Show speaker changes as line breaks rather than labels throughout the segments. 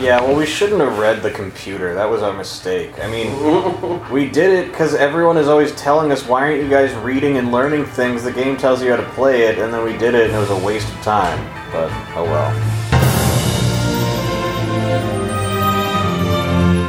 Yeah, well, we shouldn't have read the computer. That was our mistake. I mean, we did it because everyone is always telling us, why aren't you guys reading and learning things? The game tells you how to play it, and then we did it, and it was a waste of time. But, oh well.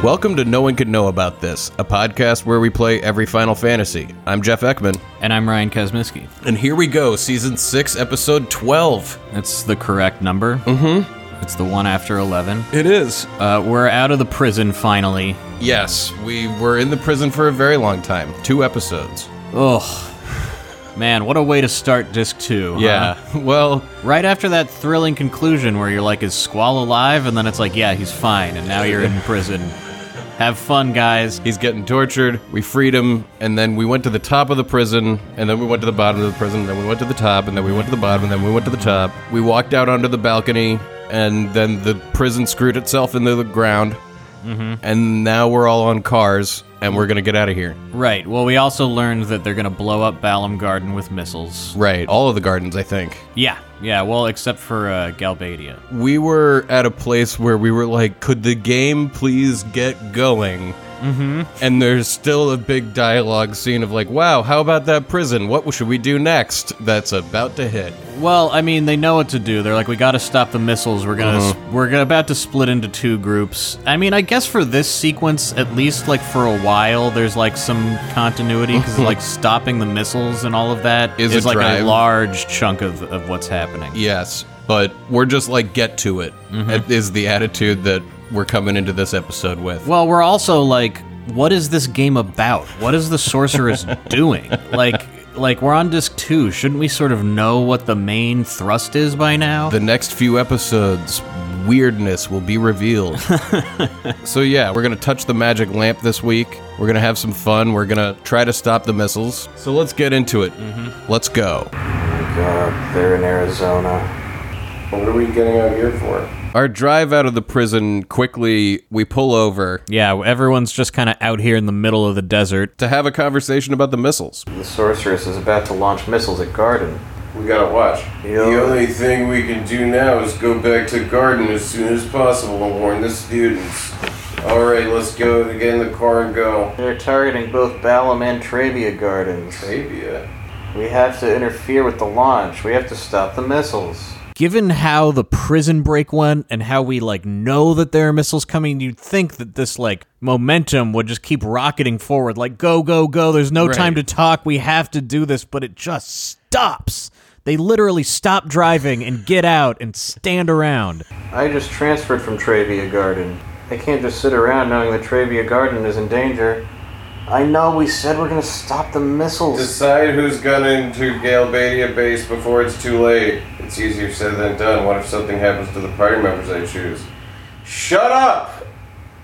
Welcome to No One Could Know About This, a podcast where we play every Final Fantasy. I'm Jeff Ekman,
And I'm Ryan Kosmiski.
and here we go, season 6, episode 12.
That's the correct number. Mm-hmm. It's the one after 11.
It is.
Uh, we're out of the prison finally.
Yes, we were in the prison for a very long time, two episodes.
Ugh. Man, what a way to start disc two. huh?
Yeah, Uh, well,
Right after that thrilling conclusion where you're like, is Squall alive? And then it's like, yeah, he's fine. And now you're in prison. Have fun, guys.
he's getting tortured. We freed him, and then we went to the top of the prison, and then we went to the bottom of the prison, and then we went to the top, and then we went to the bottom, and then we went to the top. We walked out onto the balcony, and then the prison screwed itself into the ground, and now we're all on cars, and we're gonna get out of here.
Right. Well, we also learned that they're going to blow up Balam Garden with missiles.
Right. All of the gardens, I think.
Yeah. Yeah. Well, except for uh, Galbadia.
We were at a place where we were like, could the game please get going? Mm-hmm. And there's still a big dialogue scene of like, wow, how about that prison? What should we do next? That's about to hit.
Well, I mean, they know what to do. They're like, we got to stop the missiles. We're
Uh-huh.
gonna, we're gonna about to split into two groups. I mean, I guess for this sequence, at least like for a while, there's like some continuity because like stopping the missiles and all of that
Is
is,
a
like
drive.
a large chunk of, of what's happening.
Yes, but we're just like, get to it. That Is the attitude that we're coming into this episode with.
Well, we're also like, what is this game about? What is the sorceress doing? Like, like we're on disc two. Shouldn't we sort of know what the main thrust is by now?
The next few episodes, weirdness will be revealed. so, yeah, we're going to touch the magic lamp this week. We're going to have some fun. We're going to try to stop the missiles. So, let's get into it. Let's go.
God, Uh, they're in Arizona.
What are we getting out here for?
Our drive out of the prison quickly, we pull over
Yeah, everyone's just kind of out here in the middle of the desert.
to have a conversation about the missiles.
The sorceress is about to launch missiles at Garden.
We gotta watch.
Yeah.
The only thing we can do now is go back to garden as soon as possible and warn the students. Alright, let's go and get in the car and go.
They're targeting both Balam and Travia Gardens.
Maybe. uh,
We have to interfere with the launch. We have to stop the missiles.
Given how the prison break went and how we like know that there are missiles coming, you'd think that this like momentum would just keep rocketing forward like go go go, there's no
Right.
time to talk, we have to do this, but it just stops. They literally stop driving and get out and stand around.
I just transferred from Travia Garden. I can't just sit around knowing that Travia Garden is in danger. I know we said we're gonna stop the missiles.
Decide who's gone into Galbadia base before it's too late. It's easier said than done. What if something happens to the party members I choose? Shut up!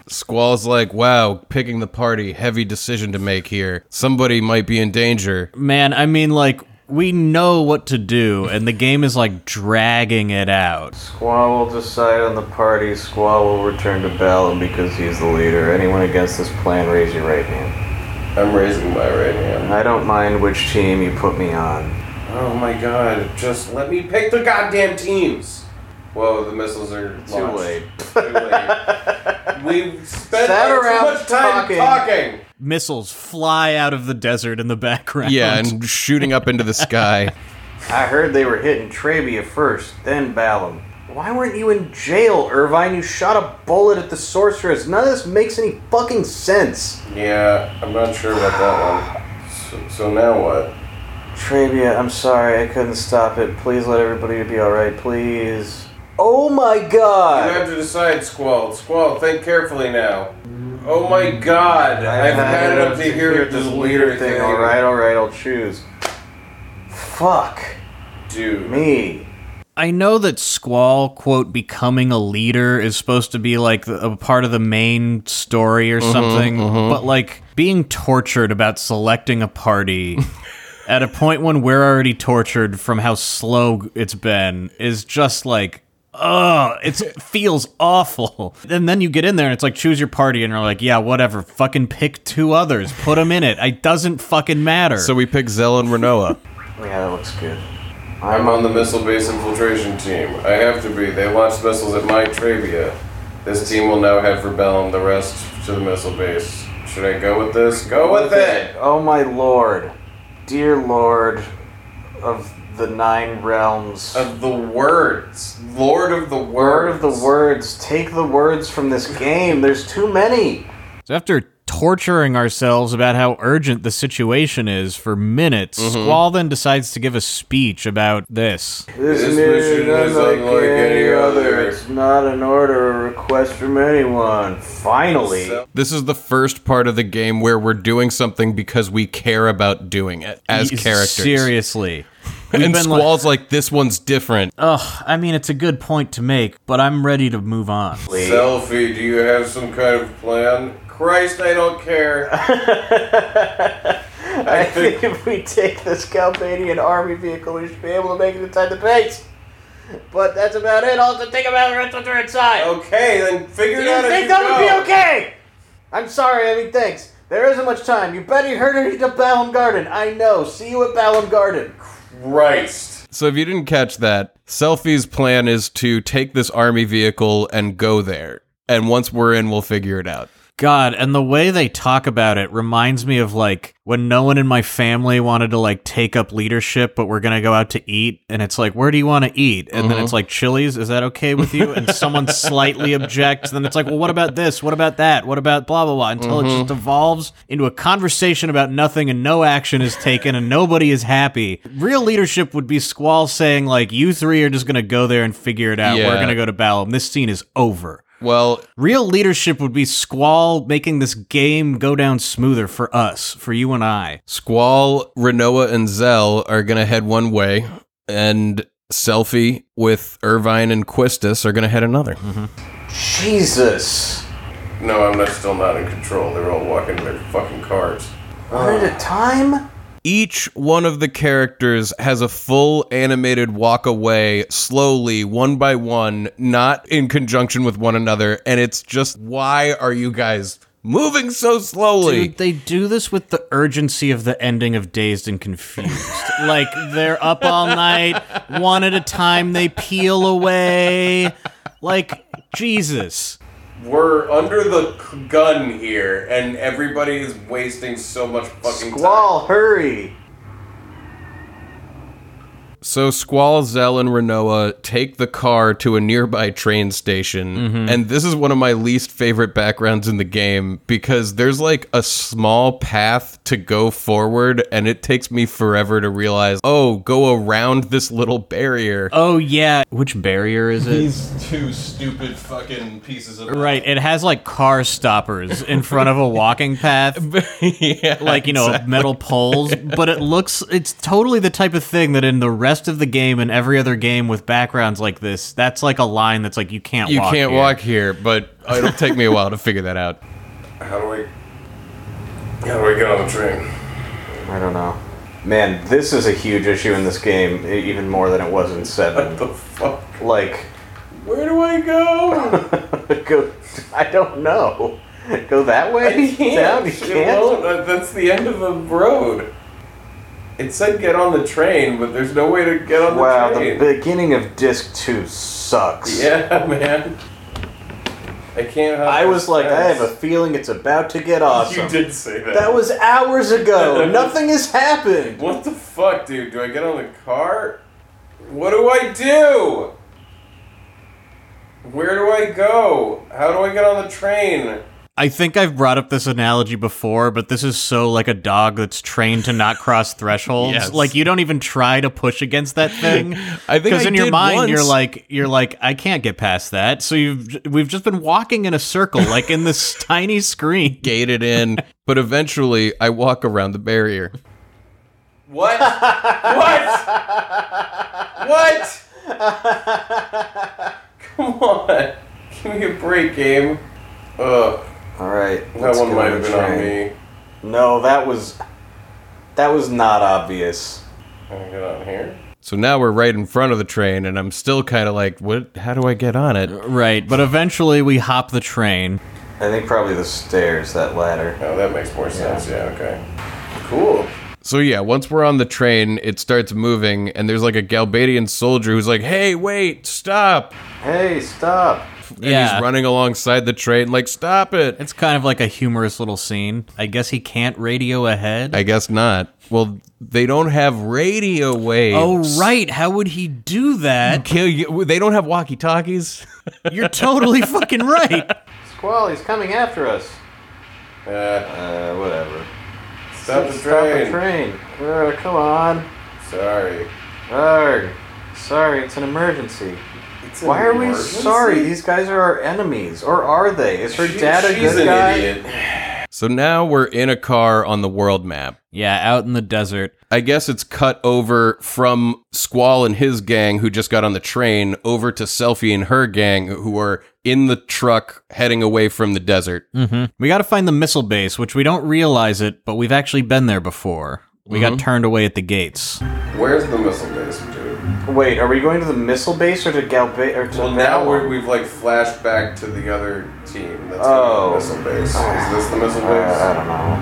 Squall's like, wow, picking the party, heavy decision to make here. Somebody might be in danger.
Man, I mean like we know what to do and the game is like dragging it out.
Squall will decide on the party. Squall will return to Balam because he's the leader. Anyone against this plan, raise your right hand.
I'm raising my right hand.
I don't mind which team you put me on.
Oh my god, just let me pick the goddamn teams! Whoa, the missiles are
Too
launched.
late.
We've spent
Sat
way
around
too much time
talking.
talking.
Missiles fly out of the desert in the background.
Yeah, and shooting up into the sky.
I heard they were hitting Travia first, then Balam. Why weren't you in jail, Irvine? You shot a bullet at the sorceress. None of this makes any fucking sense.
Yeah, I'm not sure about that one. So, so now what?
Travia, I'm sorry, I couldn't stop it. Please let everybody be alright, please. Oh my
You have
god!
to decide, Squall. Squall, think carefully now. Oh my god, I've had it up to here with this leader thing.
Alright, alright, I'll choose. Fuck
Dude,
me.
I know that Squall, quote, becoming a leader is supposed to be like the- a part of the main story or something, but like being tortured about selecting a party at a point when we're already tortured from how slow it's been is just like. Ugh, it's- it feels awful. And then you get in there and it's like, choose your party, and you're like, yeah, whatever. Fucking pick two others. Put them in it. It doesn't fucking matter.
So we pick Zell and Renoa.
Yeah, that looks good.
I'm on the missile base infiltration team. I have to be. They launched missiles at my Travia.
This team will now have Rebellum, the rest to the missile base. Should I go with this? Go with it!
Oh my lord, dear lord of the nine realms,
Of the words. Lord of the words.
word of the words, take the words from this game. There's too many.
So after torturing ourselves about how urgent the situation is for minutes,
Mm-hmm.
Squall then decides to give a speech about this.
This,
This
mission is unlike any other.
It's
It's not an order or request from anyone. Finally.
So-
This is the first part of the game where we're doing something because we care about doing it as
He's-
characters.
Seriously. We've
And
been like-
Squall's like, this one's different.
Ugh, I mean, it's a good point to make, but I'm ready to move on.
Selfie, do you have some kind of plan? Christ, I don't care.
I think if we take this Galbanian army vehicle, we should be able to make it inside the base. But that's about it. All to think about it once we're inside.
Okay, then figure
Do
it
you
out. as
think
you
that would
go.
be okay? I'm sorry, I mean, thanks. There isn't much time. You better hurry to Balam Garden. I know. See you at Balam Garden.
Christ.
So if you didn't catch that, Selfie's plan is to take this army vehicle and go there. And once we're in, we'll figure it out.
God, and the way they talk about it reminds me of like when no one in my family wanted to like take up leadership, but we're gonna go out to eat, and it's like, where do you want to eat? And then it's like Chili's, is that okay with you? And someone slightly objects, then it's like, well, what about this? What about that? What about blah blah blah? Until it just evolves into a conversation about nothing, and no action is taken, and nobody is happy. Real leadership would be Squall saying like, you three are just gonna go there and figure it out. We're
Yeah.
gonna go to Balam. This scene is over.
Well,
Real leadership would be Squall making this game go down smoother for us, for you and I.
Squall, Renoa, and Zell are going to head one way, and Selfie with Irvine and Quistis are going to head another.
Jesus.
No, I'm not, still not in control. They're all walking in their fucking cars.
One at a time?
Each one of the characters has a full animated walk away, slowly, one by one, not in conjunction with one another. And it's just, why are you guys moving so slowly?
Dude, they do this with the urgency of the ending of Dazed and Confused. like, they're up all night, one at a time, they peel away. Like, Jesus.
We're under the c- gun here, and everybody is wasting so much fucking time.
Squall, hurry.
So Squall, Zell, and Renoa take the car to a nearby train station, and this is one of my least favorite backgrounds in the game because there's like a small path to go forward, and it takes me forever to realize, oh, go around this little barrier.
Oh, yeah. Which barrier is it?
two stupid fucking pieces of
Right, it has like car stoppers in front of a walking path.
yeah,
like you know metal poles but it looks it's totally the type of thing that in the rest of the game and every other game with backgrounds like this that's like a line that's like you can't
you
walk
can't
here.
walk here, but it'll take me a while to figure that out.
How do we. How do we get on the train?
I don't know. Man, this is a huge issue in this game, e- even more than it was in 7.
The fuck?
Like,
Where do I go?
go. I don't know. Go that way?
I can't.
Down? You
It
can't?
won't. Uh, That's the end of the road. It said get on the train, but there's no way to get on
Wow,
the train.
the beginning of disc 2 sucks.
yeah, man. I can't. hop
I was
this
like, I
fast.
have a feeling it's about to get awesome.
You did say that.
That was hours ago. Nothing has happened.
What the fuck, dude? Do I get on the car? What do I do? Where do I go? How do I get on the train?
i think i've brought up this analogy before but this is so like a dog that's trained to not cross thresholds
Yes.
like you don't even try to push against that thing
I think
because
I
in your
did
mind you're
once.
like you're like i can't get past that so you've j- we've just been walking in a circle like in this tiny screen
Gated in, but eventually I walk around the barrier.
What? what? What? Come on. Give me a break, game. Ugh.
All right,
That
let's
one
get
might
on
have
the
been on
train.
me.
No, that was that was not obvious.
Can I get on here?
So now we're right in front of the train, and I'm still kind of like, what? How do I get on it?
right but eventually we hop the train
I think probably the stairs, that ladder.
Oh, that makes more sense. Yeah, okay. Cool.
So yeah, once we're on the train, it starts moving, and there's like a Galbadian soldier who's like, "Hey, wait, stop!"
Hey, stop!
and
Yeah.
he's running alongside the train like, stop it.
It's kind of like a humorous little scene. I guess he can't radio ahead.
I guess not. Well, they don't have radio waves.
oh, right. How would he do that?
Kill you. They don't have walkie talkies.
You're totally fucking right.
Squall, he's coming after us.
Uh,
Uh, whatever.
stop the
Stop the
train.
train. Uh, come on.
Sorry.
Arg. Sorry, it's an emergency.
It's
Why
an
are we
emergency.
sorry? These guys are our enemies, or are they? Is her
She-
dad a
she's
good
an
guy?
idiot.
so now we're in a car on the world map.
Yeah, out in the desert.
I guess it's cut over from Squall and his gang, who just got on the train, over to Selfie and her gang, who are in the truck heading away from the desert.
We got to find the missile base, which we don't realize it, but we've actually been there before. We
Mm-hmm.
got turned away at the gates.
Where's the missile base, dude?
Wait, are we going to the missile base or to Galba or to
Well, now
Valon?
we're, we've like flashed back to the other team. That's
Oh.
oh. the missile base. Is this the missile
Uh, I
base?
don't know.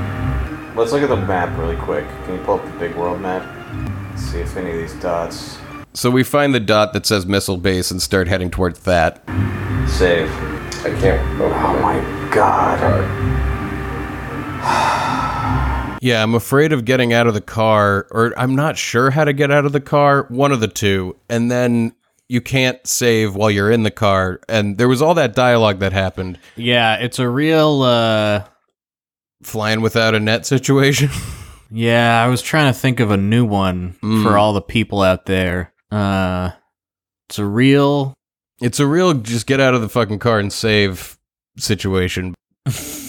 Let's look at the map really quick. Can you pull up the big world map? Let's see if any of these dots
So we find the dot that says missile base and start heading towards that.
save.
I can't open
Oh
it.
my god.
Sorry.
Yeah, I'm afraid of getting out of the car, or I'm not sure how to get out of the car, one of the two. And then you can't save while you're in the car. And there was all that dialogue that happened
Yeah, it's a real. uh
flying without a net situation.
Yeah, I was trying to think of a new one for
Mm.
all the people out there. Uh It's a real.
It's a real just get out of the fucking car and save situation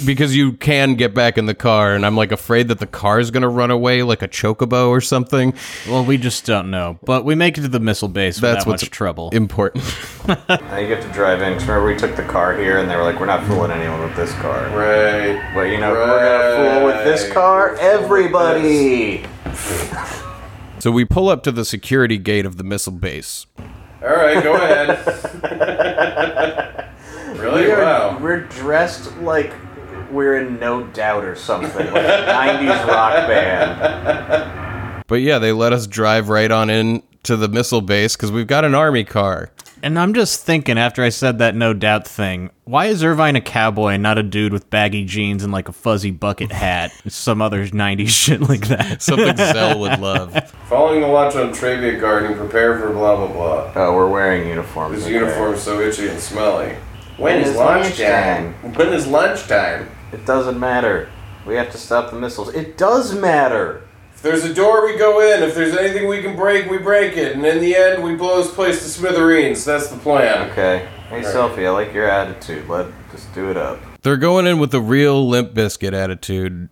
because you can get back in the car and I'm like afraid that the car is going to run away like a chocobo or something
Well, we just don't know, but we make it to the missile base
That's
without
what's-
much trouble.
important.
Now you have to drive in. 'cause Remember, we took the car here, and they were like, "We're not fooling anyone with this car."
Right.
But you know, we're gonna fool with this
Right.
car,
We're fooling with
everybody.
so we pull up to the security gate of the missile base.
All right, go ahead. really?
We are,
Wow.
We're dressed like we're in No Doubt or something, like a 90s rock band.
But yeah, they let us drive right on in to the missile base cuz we've got an army car.
And I'm just thinking after I said that no doubt thing, why is Irvine a cowboy and not a dude with baggy jeans and like a fuzzy bucket hat? Some other 90s shit like that.
Something Zell would love.
Following the launch on Trevia Garden, prepare for blah blah blah.
Oh, we're wearing uniforms.
This
okay.
uniform's so itchy and smelly. When
When
is
is
lunchtime? When is lunchtime?
It doesn't matter. We have to stop the missiles. It does matter.
If there's a door, we go in. If there's anything we can break, we break it. And in the end, we blow this place to smithereens. That's the plan.
Okay. Hey, Sophie, I like your attitude. Let just do it up.
They're going in with the real limp biscuit attitude.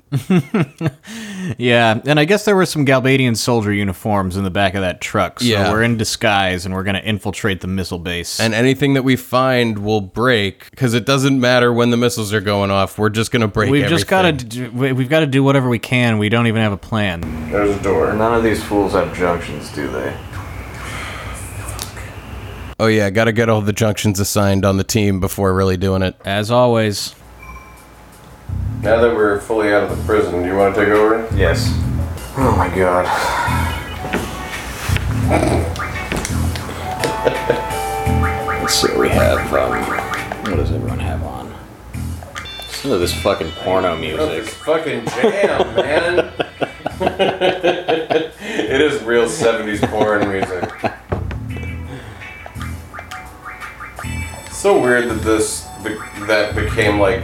yeah, and I guess there were some Galbadian soldier uniforms in the back of that truck, so
Yeah.
we're in disguise and we're going to infiltrate the missile base.
and anything that we find will break because it doesn't matter when the missiles are going off. We're just gonna break.
we've just got to
everything.
do, we- we've got to do whatever we can. We don't even have a plan.
There's a door.
None of these fools have junctions, do they?
Oh yeah, gotta get all the junctions assigned on the team before really doing it.
As always,
Now that we're fully out of the prison, do you want to take over?
Yes. Oh my god.
Let's see what we have. Um, what does everyone have on? Listen to this fucking porno
It's
music.
fucking jam, man. it is real 70s porn music. So weird that this be- that became like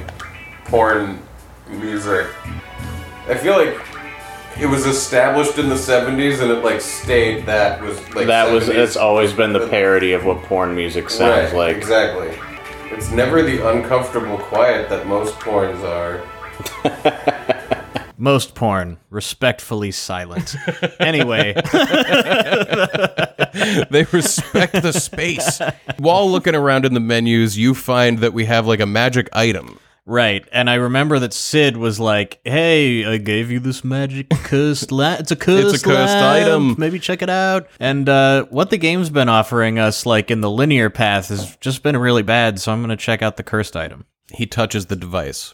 porn music. I feel like it was established in the 70s and it like stayed that was like
That was.
70s.
It's always been the parody of what porn music sounds
Right,
like.
Exactly. It's never the uncomfortable quiet that most porns are.
most porn respectfully silent. anyway,
They respect the space. While looking around in the menus, you find that we have like a magic item.
Right, and I remember that Sid was like, "Hey, I gave you this magic cursed lamp. It's a cursed,
cursed
lamp.
item.
Maybe check it out." And uh, what the game's been offering us, like in the linear path, has just been really bad. So I'm gonna check out the cursed item.
He touches the device.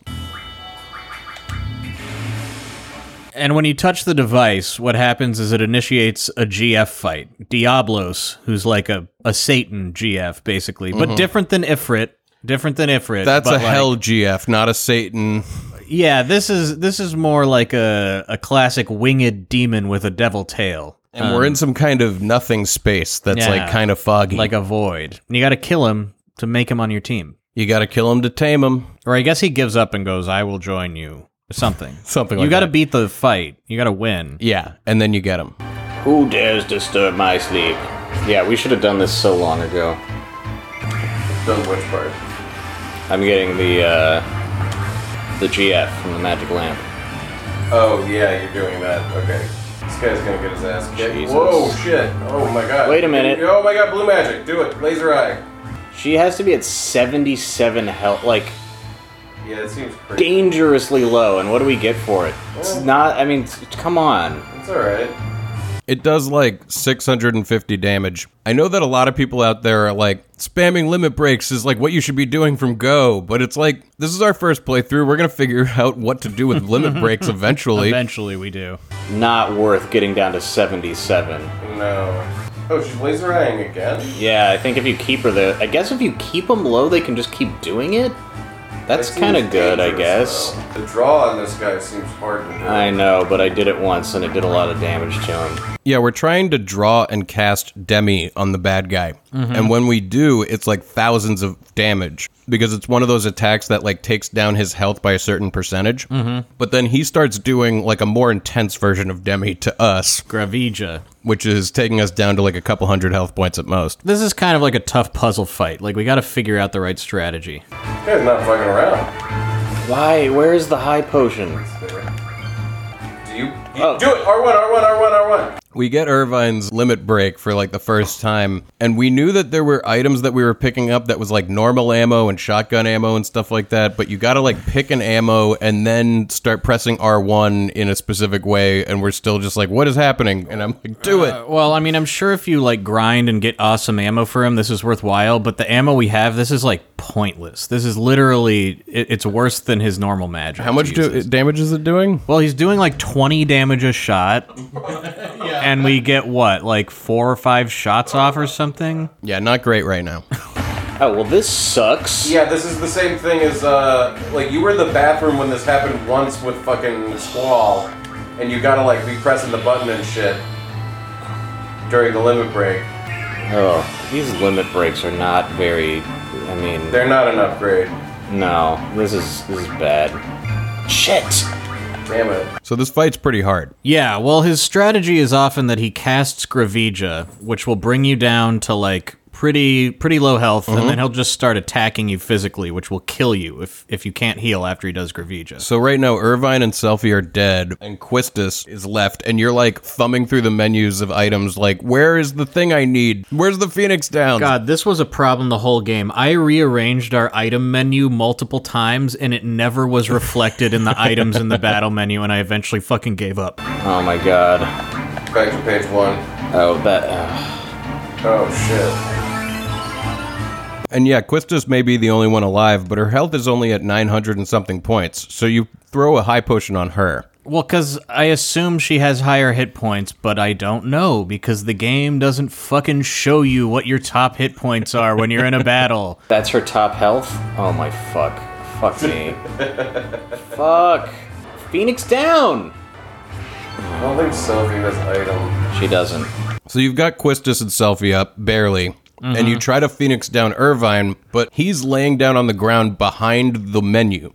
And when you touch the device, what happens is it initiates a GF fight. Diablos, who's like a, a Satan GF, basically, but different than Ifrit. Different than Ifrit.
Mm-hmm. That's
but
a
like-
hell GF, not a Satan.
Yeah, this is this is more like a, a classic winged demon with a devil tail.
And we're in some kind of nothing space that's
Um, yeah.
like kind of foggy.
like a void. And you got to kill him to make him on your team.
you got to kill him to tame him.
Or I guess he gives up and goes, "I will join you." or Something.
Something
you
like
got to
that.
beat the fight. You got to win.
Yeah, and then you get him.
Who dares disturb my sleep? Yeah, we should have done this so long ago.
Done which part?
I'm getting the uh, the GF from the magic lamp.
Oh yeah, you're doing that. Okay. This guy's gonna get his ass kicked.
Jesus.
Whoa, shit. Oh my god.
Wait a minute.
Oh my god, blue magic. Do it. Laser eye.
She has to be at 77 health, like
Yeah, it seems pretty.
dangerously low. And what do we get for it? It's not. I mean, it's- come on.
It's alright.
It does like 650 damage. I know that a lot of people out there are like, spamming limit breaks is like what you should be doing from Go, but it's like, this is our first playthrough. We're going to figure out what to do with limit breaks eventually.
Eventually, we do.
Not worth getting down to 77.
No. Oh, she's laser eyeing again?
Yeah, I think if you keep her there, I guess if you keep them low, they can just keep doing it. That's
That
kind of
seems
good, I guess.
dangerous, though. The draw on this guy seems hard to do.
I know, but I did it once and it did a lot of damage to him.
Yeah, we're trying to draw and cast Demi on the bad guy. And when we do, it's like thousands of damage because it's one of those attacks that like takes down his health by a certain percentage. Mm-hmm. But then he starts doing like a more intense version of Demi to us,
Gravija.
which is taking us down to like a couple hundred health points at most.
This is kind of like a tough puzzle fight. Like we got to figure out the right strategy.
This guy's not fucking around.
Why? Where is the high potion?
Do you, you
Oh.
do it? R1, R1, R1, R1.
We get Irvine's limit break for like the first time, and we knew that there were items that we were picking up that was like normal ammo and shotgun ammo and stuff like that, but you gotta like pick an ammo and then start pressing R1 in a specific way, and we're still just like, what is happening? And I'm like, do it.
Well, I mean, I'm sure if you like grind and get awesome ammo for him, this is worthwhile. But the ammo we have, this is like pointless. This is literally it, it's worse than his normal magic.
How much
he uses.
do, damage is it doing?
Well, he's doing like 20 damage a shot. And we get what, like four or five shots off or something?
Yeah, not great right now.
Oh, well, this sucks.
Yeah, this is the same thing as, uh, like, you were in the bathroom when this happened once with fucking Squall, and you gotta, like, be pressing the button and shit during the limit break.
Oh, these limit breaks are not very. I mean,
They're not an upgrade.
no. This is this is bad. Shit.
Damn it.
So this fight's pretty hard.
Yeah, well, his strategy is often that he casts Gravija, which will bring you down to like pretty pretty low health and then he'll just start attacking you physically which will kill you if if you can't heal after he does gravija
So right now, Irvine and Selfie are dead, and Quistis is left, and you're like thumbing through the menus of items, like, where is the thing I need? Where's the Phoenix Down?
god this was a problem the whole game i rearranged our item menu multiple times and it never was reflected in the items in the battle menu and i eventually fucking gave up
Oh my god.
Back to page one.
Oh, that. Uh,
Oh, shit.
And yeah, Quistis may be the only one alive, but her health is only at 900 and something points, so you throw a high potion on her.
Well, because I assume she has higher hit points, but I don't know because the game doesn't fucking show you what your top hit points are when you're in a battle.
that's her top health. Oh my fuck. Fuck me. fuck. Phoenix down.
I don't think Sylvie has item.
She doesn't.
So you've got Quistis and Selfie up, barely. And you try to Phoenix down Irvine, but he's laying down on the ground behind the menu.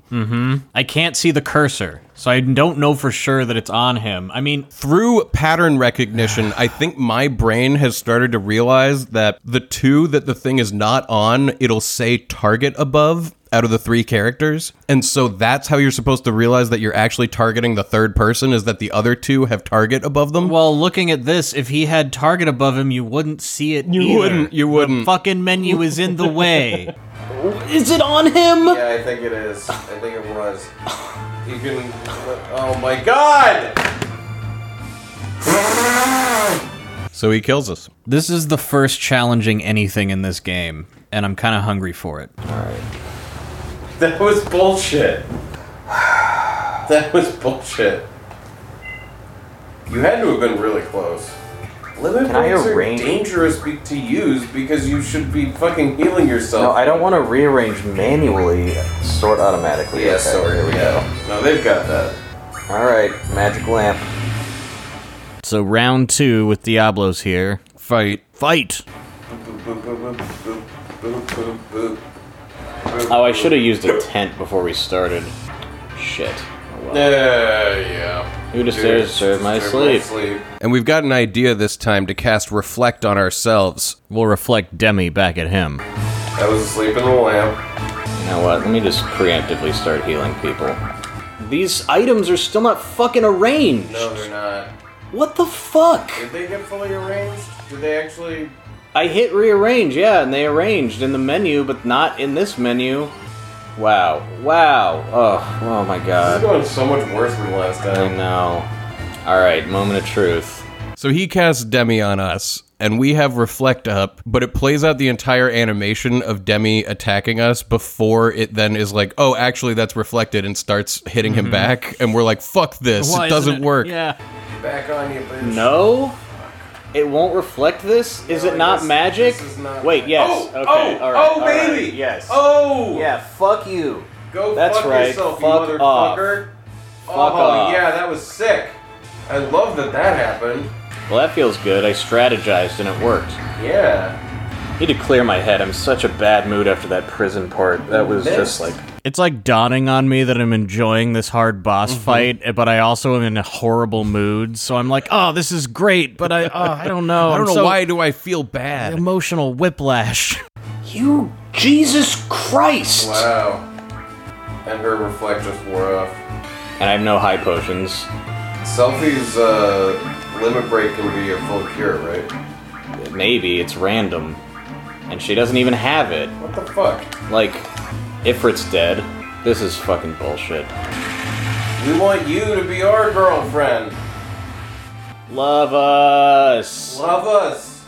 I can't see the cursor, so I don't know for sure that it's on him. I mean,
Through pattern recognition, I think my brain has started to realize that the two that the thing is not on, it'll say target above out of the three characters. And so that's how you're supposed to realize that you're actually targeting the third person is that the other two have target above them.
well, looking at this, if he had target above him, you wouldn't see it.
You
either.
wouldn't, you wouldn't.
Fucking menu is in the way.
Is it on him?
Yeah, I think it is. I think it was. You can. Oh my god!
So he kills us.
this is the first challenging anything in this game, and I'm kind of hungry for it.
That was bullshit. That was bullshit. You had to have been really close. Limit
Can I
breaks are
arrange-
dangerous be- to use because you should be fucking healing yourself.
No, I don't want to rearrange manually, sort automatically.
Yeah,
Okay,
sorry.
Here we
yeah. No, they've got that.
go. All right, magic lamp.
So round two with Diablos here.
Fight.
Fight.
Oh, I should have used a tent before we started. Shit. Oh, well.
Yeah, yeah.
Who disturbs serve my sleep?
And we've got an idea this time to cast Reflect on ourselves.
We'll reflect Demi back at him.
I was asleep in the lamp.
You know what? Let me just preemptively start healing people. These items are still not fucking arranged.
No, they're not.
What the fuck?
Did they get fully arranged? Did they actually?
I hit rearrange, yeah, and they arranged in the menu, but not in this menu. Wow. Wow. Oh, oh my
This is
god.
going so much worse than last
I
time.
know. Alright, moment of truth.
So he casts Demi on us, and we have Reflect up, but it plays out the entire animation of Demi attacking us before it then is like, oh, actually, that's reflected, and starts hitting
Mm-hmm.
him back. And we're like, fuck this. it doesn't work.
Yeah.
Back on you, bitch.
No? It won't reflect this? Is it
No,
not
this-
magic?
this is not
Wait,
magic.
yes.
Oh,
okay,
oh,
all right, all
oh,
right.
baby!
Yes.
Oh.
Yeah, fuck you.
Go
That's
fuck
right.
yourself,
Fuck
you
off.
motherfucker. oh
off.
yeah, that was sick. I love that that happened.
Well, that feels good. I strategized and it worked.
Yeah.
need to clear my head. I'm in such a bad mood after that prison part. That was just
Missed.
like.
It's like dawning on me that I'm enjoying this hard boss
Mm-hmm.
fight, eh, but I also am in a horrible mood. So I'm like, oh, this is great, but I, oh, I don't know.
I don't
I'm
know
so-
why do I feel bad.
Emotional whiplash.
You. Jesus Christ!
Wow. And her reflect just wore off.
And I have no high potions.
Selfie's uh, limit break can be a full cure, right?
Maybe, it's random. And she doesn't even have it.
What the fuck?
Like, Ifrit's dead. This is fucking bullshit.
We want you to be our girlfriend.
Love us!
Love us.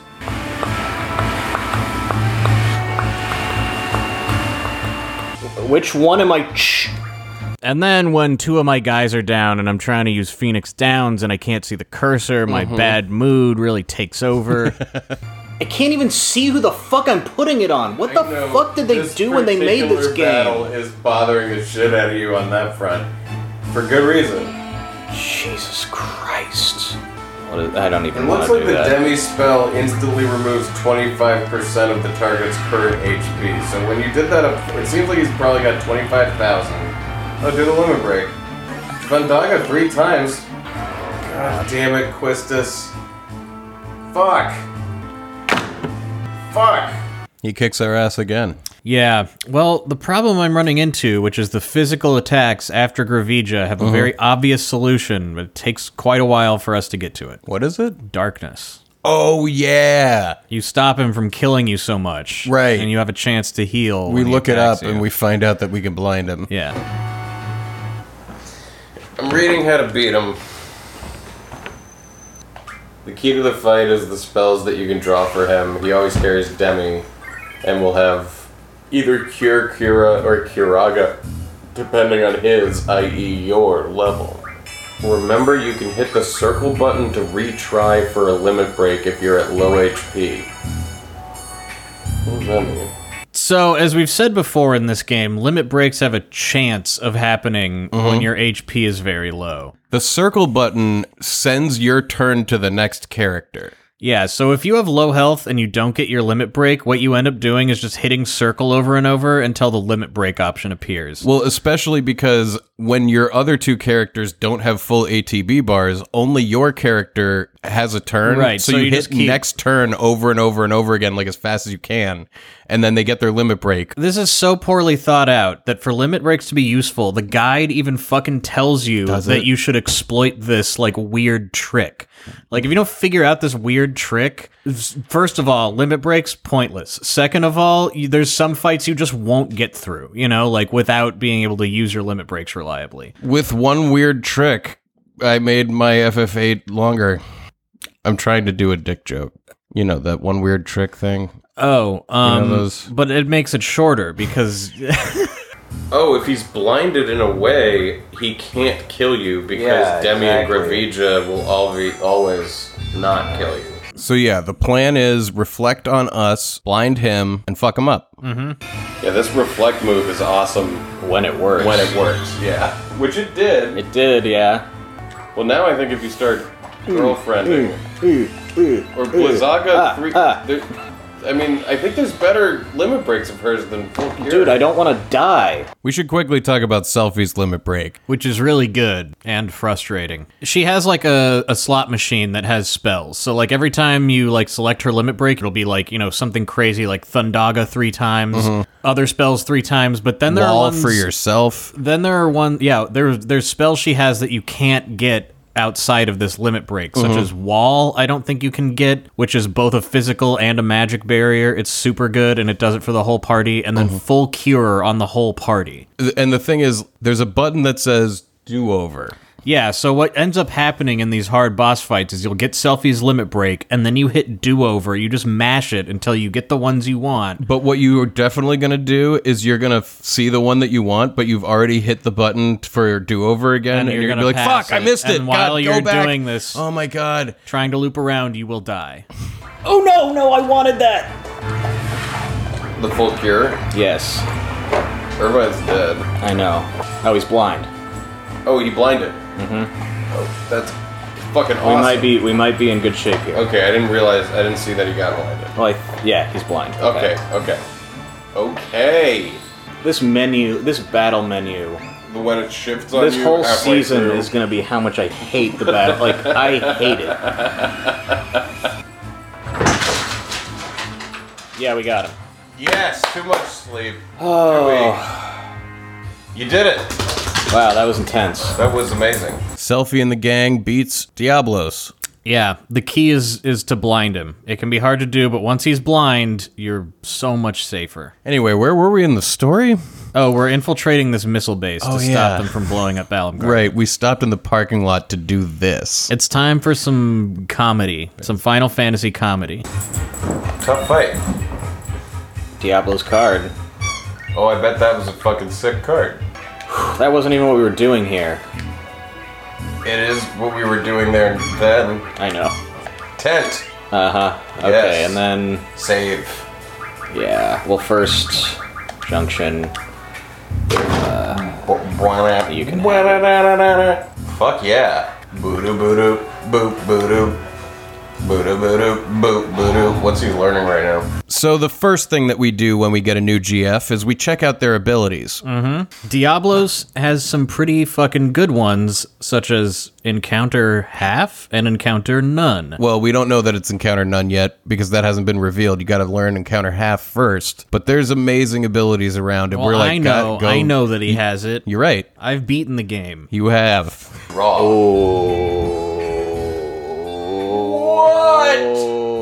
Which one am I. Shh.
And then when two of my guys are down and I'm trying to use Phoenix Downs and I can't see the cursor, my
Mm-hmm.
bad mood really takes over.
I can't even see who the fuck I'm putting it on. What the
I know
fuck did they
this
do when they made this
particular battle
game?
is bothering the shit out of you on that front. For good reason.
Jesus Christ. What is, I don't
It
even want
looks
to
like
do
the
that.
Demi spell instantly removes 25% of the target's current HP. So when you did that, up, it seems like he's probably got 25,000. Oh, do the limit break. Vandaga three times. God damn it, Quistis. Fuck. Fuck.
He kicks our ass again.
yeah. Well, the problem I'm running into, which is the physical attacks after Gravija,
Mm-hmm.
have a very obvious solution, but it takes quite a while for us to get to it.
What is it?
Darkness.
Oh, yeah.
You stop him from killing you so much.
Right.
And you have a chance to heal.
We
when he
look it
attacks
up and
you.
we find out that we can blind him.
Yeah.
I'm reading how to beat him. The key to the fight is the spells that you can draw for him. He always carries Demi, and will have either Cure, Cura, or Curaga, depending on his, i.e., your level. Remember, you can hit the circle button to retry for a limit break if you're at low HP. What does that mean?
So, as we've said before in this game, limit breaks have a chance of happening
Uh-huh.
when your HP is very low.
The circle button sends your turn to the next character.
Yeah, so if you have low health and you don't get your limit break, what you end up doing is just hitting circle over and over until the limit break option appears.
Well, especially because when your other two characters don't have full ATB bars, only your character has a turn.
Right,
So,
so
you,
you
hit
just keep-
next turn over and over and over again, like as fast as you can, and then they get their limit break.
This is so poorly thought out that for limit breaks to be useful, the guide even fucking tells you that you should exploit this like weird trick. Like if you don't figure out this weird trick, s- first of all, limit breaks pointless. Second of all, you, there's some fights you just won't get through, you know, like without being able to use your limit breaks reliably.
With one weird trick, I made my FF8 longer. I'm trying to do a dick joke. You know, that one weird trick thing.
Oh, um,
those-
but it makes it shorter because
Oh, if he's blinded in a way, he can't kill you because
Yeah,
Demi
exactly.
and Gravija will alve- always not kill you.
So yeah, the plan is reflect on us, blind him, and fuck him up.
Yeah, this reflect move is awesome
When it works.
when it works. Yeah, which it did.
It did, yeah.
Well, now I think if you start girlfriending or
Hmm.
Ah,
Blizzaga three,
ah.
there, I mean, I think there's better limit breaks of hers than full cure.
Dude, I don't want to die.
We should quickly talk about Selfie's limit break.
which is really good and frustrating. She has like a, a slot machine that has spells. So like every time you like select her limit break, it'll be like, you know, something crazy like Thundaga three times, other spells three times, but then there are
Mm-hmm. Wall
ones,
for yourself.
then there are one yeah, there's there's spells she has that you can't get outside of this limit break,
Mm-hmm.
such as wall, I don't think you can get, which is both a physical and a magic barrier. It's super good and it does it for the whole party, and
Mm-hmm.
then full cure on the whole party.
And the thing is, there's a button that says do over.
Yeah, so what ends up happening in these hard boss fights is you'll get Selfie's limit break, and then you hit do over. You just mash it until you get the ones you want.
But what you are definitely going to do is you're going to f- see the one that you want, but you've already hit the button t- for do over again, and, you're, going to be
gonna
like,
pass
"Fuck, I
it."
missed
And
it."
while
God, go
you're
back.
doing this-
oh my god,
Trying to loop around, you will die.
Oh no, no, I wanted that.
the full cure.
Yes,
Irvine's dead.
I know. Oh, he's blind.
Oh, he blinded. Mm-hmm. Oh, that's fucking awesome.
We might be we might be in good shape here.
Okay, I didn't realize. I didn't see that he got blinded.
Well, I- yeah, he's blind.
Okay, okay, okay.
This menu, this battle menu,
The when it shifts on
this
you
whole
halfway
season
through.
is gonna be how much I hate the battle. like I hate it. Yeah, we got him.
Yes, too much sleep.
Oh,
You did it.
wow, that was intense.
That was amazing.
Selfie and the gang beats Diablos.
Yeah, the key is is to blind him. It can be hard to do, but once he's blind, you're so much safer.
Anyway, where were we in the story?
Oh, we're infiltrating this missile base
Oh,
to
yeah.
stop them from blowing up Balamgar.
Right, we stopped in the parking lot to do this.
It's time for some comedy, some Final Fantasy comedy.
Tough fight.
Diablo's card.
Oh, I bet that was a fucking sick card.
That wasn't even what we were doing here.
It is what we were doing there then.
I know.
Tent.
Uh huh. Okay,
Yes.
and then
Save.
yeah. Well, first junction.
B- bwana-
You can
bwana-na-na-na-na. Fuck yeah. Boo-doo boo-doo. Boop boo-doo. Boo-doo boo-doo. Boop boo-doo. What's he learning right now?
So the first thing that we do when we get a new GF is we check out their abilities.
Diablos has some pretty fucking good ones, such as encounter half and encounter none.
Well, we don't know that it's encounter none yet because that hasn't been revealed. You got to learn encounter half first. But there's amazing abilities around, and
Well,
we're like,
I
"God,
know,
go-
I know that he has it.
You're right.
I've beaten the game.
You have.
Raw. What?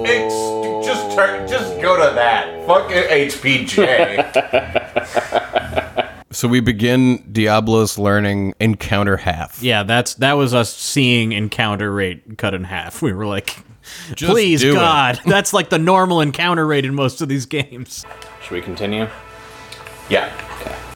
It's, just turn. Just go to that. Fuck HPJ.
So we begin Diablos learning encounter half.
Yeah, that's that was us seeing encounter rate cut in half. We were like,
Just
please
do it."
God, that's like the normal encounter rate in most of these games.
Should we continue?
yeah.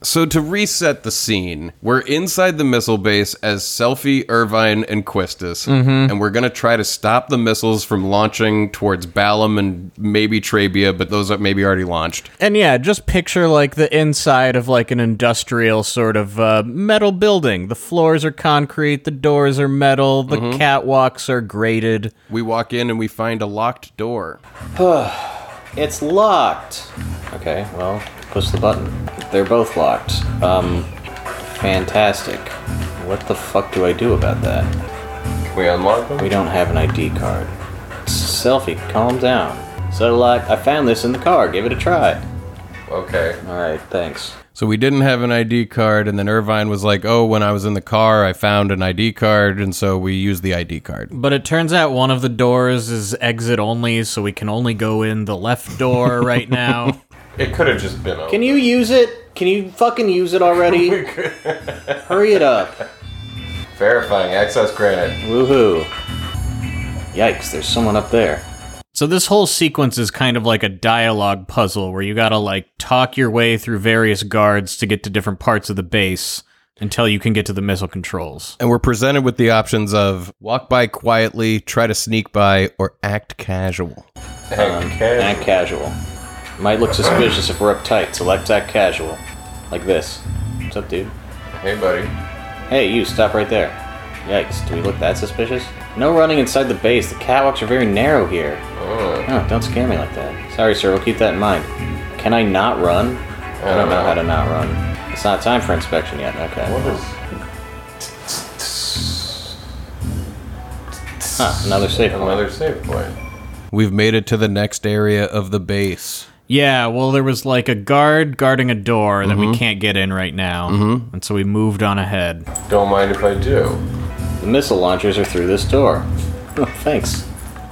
So to reset the scene, we're inside the missile base as Selfie, Irvine, and Quistis,
Mm-hmm.
and we're gonna try to stop the missiles from launching towards Balam and maybe Trebia, but those are maybe already launched.
And yeah, just picture like the inside of like an industrial sort of uh, metal building. The floors are concrete, the doors are metal, the catwalks are grated.
We walk in and we find a locked door.
It's locked. Okay, well, push the button. They're both locked. Um, fantastic. What the fuck do I do about that?
Can we unlock them?
We don't have an ID card. Selfie, calm down. So, like, I found this in the car. Give it a try.
Okay.
All right, thanks.
So we didn't have an ID card, and then Irvine was like, "Oh, when I was in the car, I found an ID card, and so we used the ID card."
But it turns out one of the doors is exit only, so we can only go in the left door right now.
It could have just been.
Can you use it? Can you fucking use it already? Hurry it up.
Verifying access granted.
Woohoo. Yikes, there's someone up there.
So this whole sequence is kind of like a dialogue puzzle where you gotta like talk your way through various guards to get to different parts of the base.
until you can get to the missile controls.
And we're presented with the options of walk by quietly, try to sneak by, or act casual.
Okay.
Act casual. Might look suspicious if we're uptight, so let's act casual. Like this. What's up, dude?
Hey, buddy.
Hey, you, stop right there. Yikes, do we look that suspicious? No running inside the base. The catwalks are very narrow here.
Oh,
Oh, don't scare me like that. Sorry, sir, we'll keep that in mind. Can I not run? I don't know how to not run. It's not time for inspection yet, okay.
what is?
Huh, another safe point.
Another save point.
We've made it to the next area of the base.
Yeah, well, there was like a guard guarding a door that
Mm-hmm.
we can't get in right now, and so we moved on ahead.
Don't mind if I do.
The missile launchers are through this door. Thanks.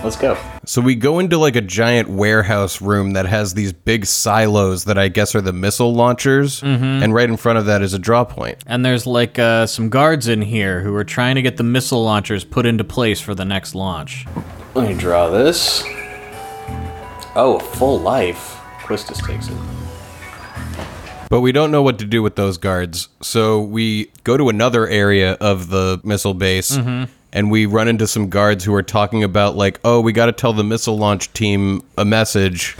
Let's go.
So we go into like a giant warehouse room that has these big silos that I guess are the missile launchers, and right in front of that is a draw point.
And there's like uh, some guards in here who are trying to get the missile launchers put into place for the next launch.
Let me draw this. Oh, full life. Quistis takes it.
But we don't know what to do with those guards, so we go to another area of the missile base. And we run into some guards who are talking about, like, oh, we got to tell the missile launch team a message.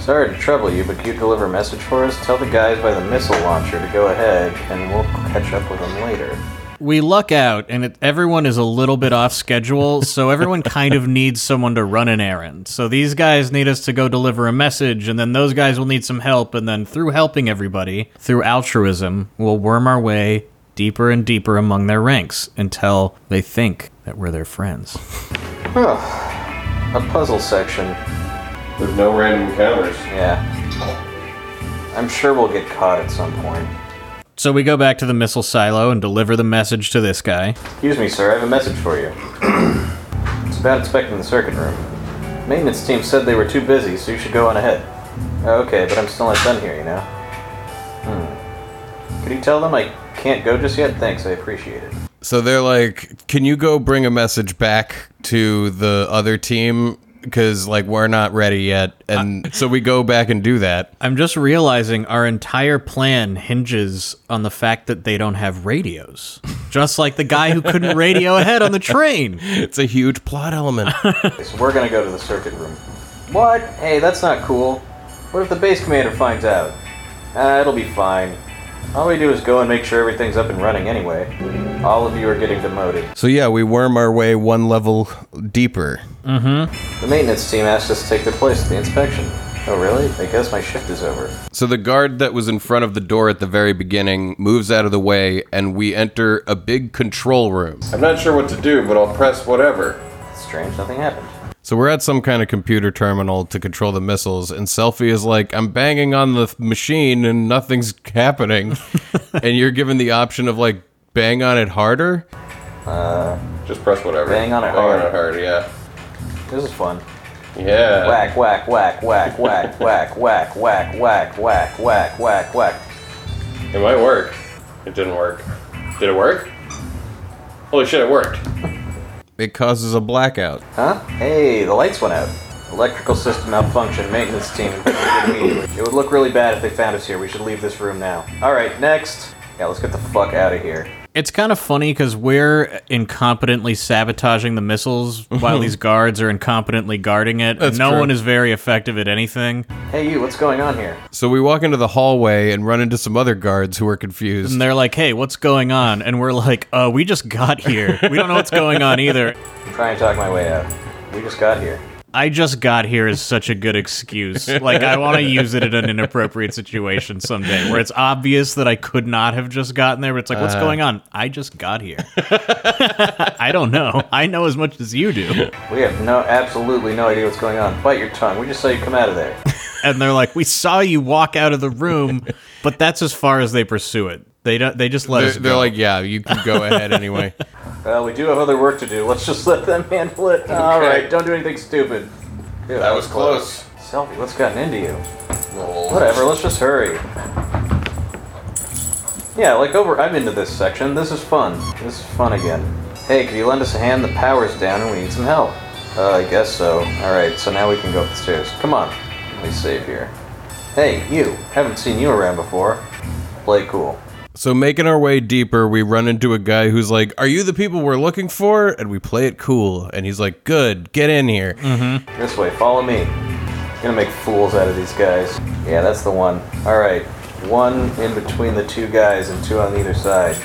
Sorry to trouble you, but can you deliver a message for us? Tell the guys by the missile launcher to go ahead, and we'll catch up with them later.
We luck out, and it, everyone is a little bit off schedule, so everyone kind of needs someone to run an errand. So these guys need us to go deliver a message, and then those guys will need some help, and then through helping everybody, through altruism, we'll worm our way deeper and deeper among their ranks until they think that we're their friends.
A puzzle section.
With no random encounters.
Yeah. I'm sure we'll get caught at some point.
So we go back to the missile silo and deliver the message to this guy.
Excuse me, sir, I have a message for you. it's about inspecting the circuit room. Maintenance team said they were too busy, so you should go on ahead. "Oh, Okay, but I'm still not done here, you know. Hmm. Could you tell them I can't go just yet? Thanks, I appreciate it.
So they're like, "Can you go bring a message back to the other team because like we're not ready yet?" And so we go back and do that.
I'm just realizing our entire plan hinges on the fact that they don't have radios. Just like the guy who couldn't radio ahead on the train.
It's a huge plot element.
Okay, So we're gonna go to the circuit room. What? Hey, that's not cool. What if the base commander finds out? Uh, it'll be fine. All we do is go and make sure everything's up and running anyway. All of you are getting demoted.
so yeah, we worm our way one level deeper.
The maintenance team asked us to take their place at the inspection. Oh, really? I guess my shift is over.
So the guard that was in front of the door at the very beginning moves out of the way, and we enter a big control room.
I'm not sure what to do, but I'll press whatever.
It's strange, nothing happened.
So we're at some kind of computer terminal to control the missiles, and Selfie is like, I'm banging on the th- machine and nothing's happening. and you're given the option of like, bang on it harder?
Uh, Just press whatever.
Bang on it hard.
on it hard, yeah.
This is fun.
Yeah.
Whack, whack, whack, whack, whack, whack, whack, whack, whack, whack, whack, whack, whack.
It might work. It didn't work. Did it work? Holy shit, it worked.
It causes a blackout.
Huh? Hey, the lights went out. Electrical system malfunction. Maintenance team investigated immediately. It would look really bad if they found us here. We should leave this room now. All right, next. Yeah, let's get the fuck out of here.
It's kind of funny because we're incompetently sabotaging the missiles while these guards are incompetently guarding it.
That's
no
true.
one is very effective at anything.
Hey, you. What's going on here?
So we walk into the hallway and run into some other guards who are confused.
And they're like, hey, what's going on? And we're like, uh, we just got here. We don't know what's going on either.
I'm trying to talk my way out. We just got here.
I just got here is such a good excuse. Like I want to use it in an inappropriate situation someday where it's obvious that I could not have just gotten there, but it's like, what's going on? I just got here. I don't know. I know as much as you do.
We have no, absolutely no idea what's going on. Bite your tongue. We just saw you come out of there.
And they're like, we saw you walk out of the room, but that's as far as they pursue it. They don't. They just let
They're,
us.
they're
go.
like, yeah, you can go ahead anyway.
Well, we do have other work to do. Let's just let them handle it. All
Okay.
right, don't do anything stupid. Dude,
That was close.
Selfie, what's gotten into you?
Well,
Whatever, let's just hurry. Yeah, like over. I'm into this section. This is fun. This is fun again. Hey, could you lend us a hand? The power's down and we need some help. Uh, I guess so. Alright, so now we can go up the stairs. Come on. Let me save here. Hey, you. Haven't seen you around before. Play cool.
So making our way deeper, we run into a guy who's like, "Are you the people we're looking for?" And we play it cool, and he's like, "Good, get in here."
This way, follow me. Gonna make fools out of these guys. Yeah, that's the one. Alright, one in between the two guys and two on either side.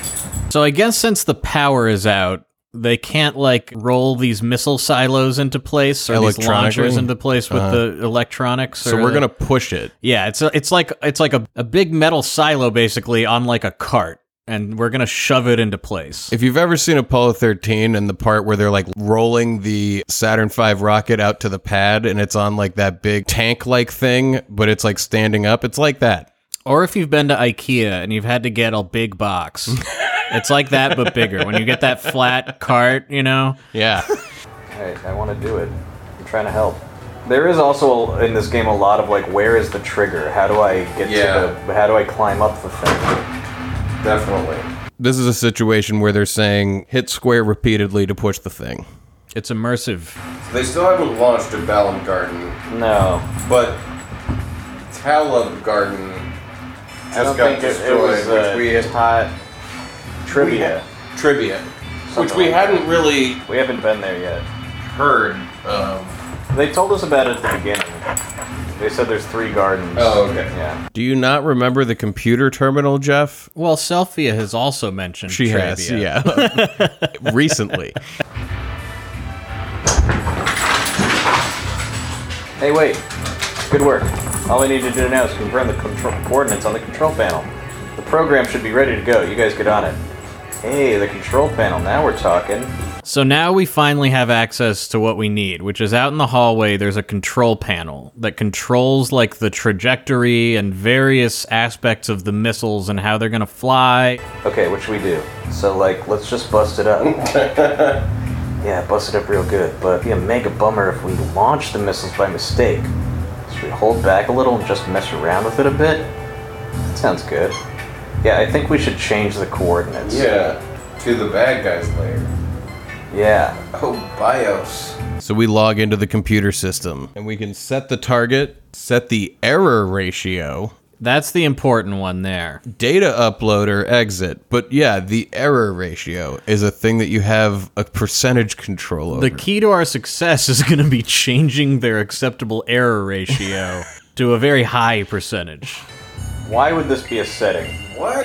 So I guess since the power is out, they can't like roll these missile silos into place or these
Electronically? Uh-huh.
launchers into place with the electronics. Or
So we're
the-
gonna push it.
yeah, it's a, it's like it's like a, a big metal silo basically on like a cart, and we're gonna shove it into place.
If you've ever seen Apollo 13 and the part where they're like rolling the Saturn V rocket out to the pad and it's on like that big tank like thing, but it's like standing up, it's like that.
Or if you've been to IKEA and you've had to get a big box. It's like that, but bigger. When you get that flat cart, you know?
Yeah.
Alright, I wanna do it. I'm trying to help. There is also in this game a lot of like, where is the trigger? How do I get
Yeah.
to the. How do I climb up the thing?
Definitely.
This is a situation where they're saying hit square repeatedly to push the thing.
It's immersive.
They still haven't launched a Ballon Garden,
No.
but Talub Garden
I
has
don't
got
think it, it
destroyed,
was uh,
which we had
hot trivia.
trivia, which
Something
we
like
hadn't really
We haven't been there yet.
heard of.
They told us about it at the beginning. They said there's three gardens.
Oh, okay.
Yeah.
Do you not remember the computer terminal, Jeff?
Well, Selfia has also mentioned
She
trivia.
has, yeah. Recently.
Hey, wait. Good work. All I need to do now is confirm the control coordinates on the control panel. The program should be ready to go. You guys get on it. Hey, the control panel. Now we're talking.
So now we finally have access to what we need, which is out in the hallway, there's a control panel that controls like the trajectory and various aspects of the missiles and how they're going to fly.
Okay, what should we do? So, like, let's just bust it up. yeah, bust it up real good. But it'd be a mega bummer if we launch the missiles by mistake. Should we hold back a little and just mess around with it a bit? That sounds good. Yeah, I think we should change the coordinates.
Yeah, to the bad guys layer.
Yeah.
Oh, BIOS.
So we log into the computer system and we can set the target, set the error ratio,
That's the important one there.
data uploader exit. But yeah, the error ratio is a thing that you have a percentage control over.
The key to our success is going to be changing their acceptable error ratio to a very high percentage.
Why would this be a setting?
What?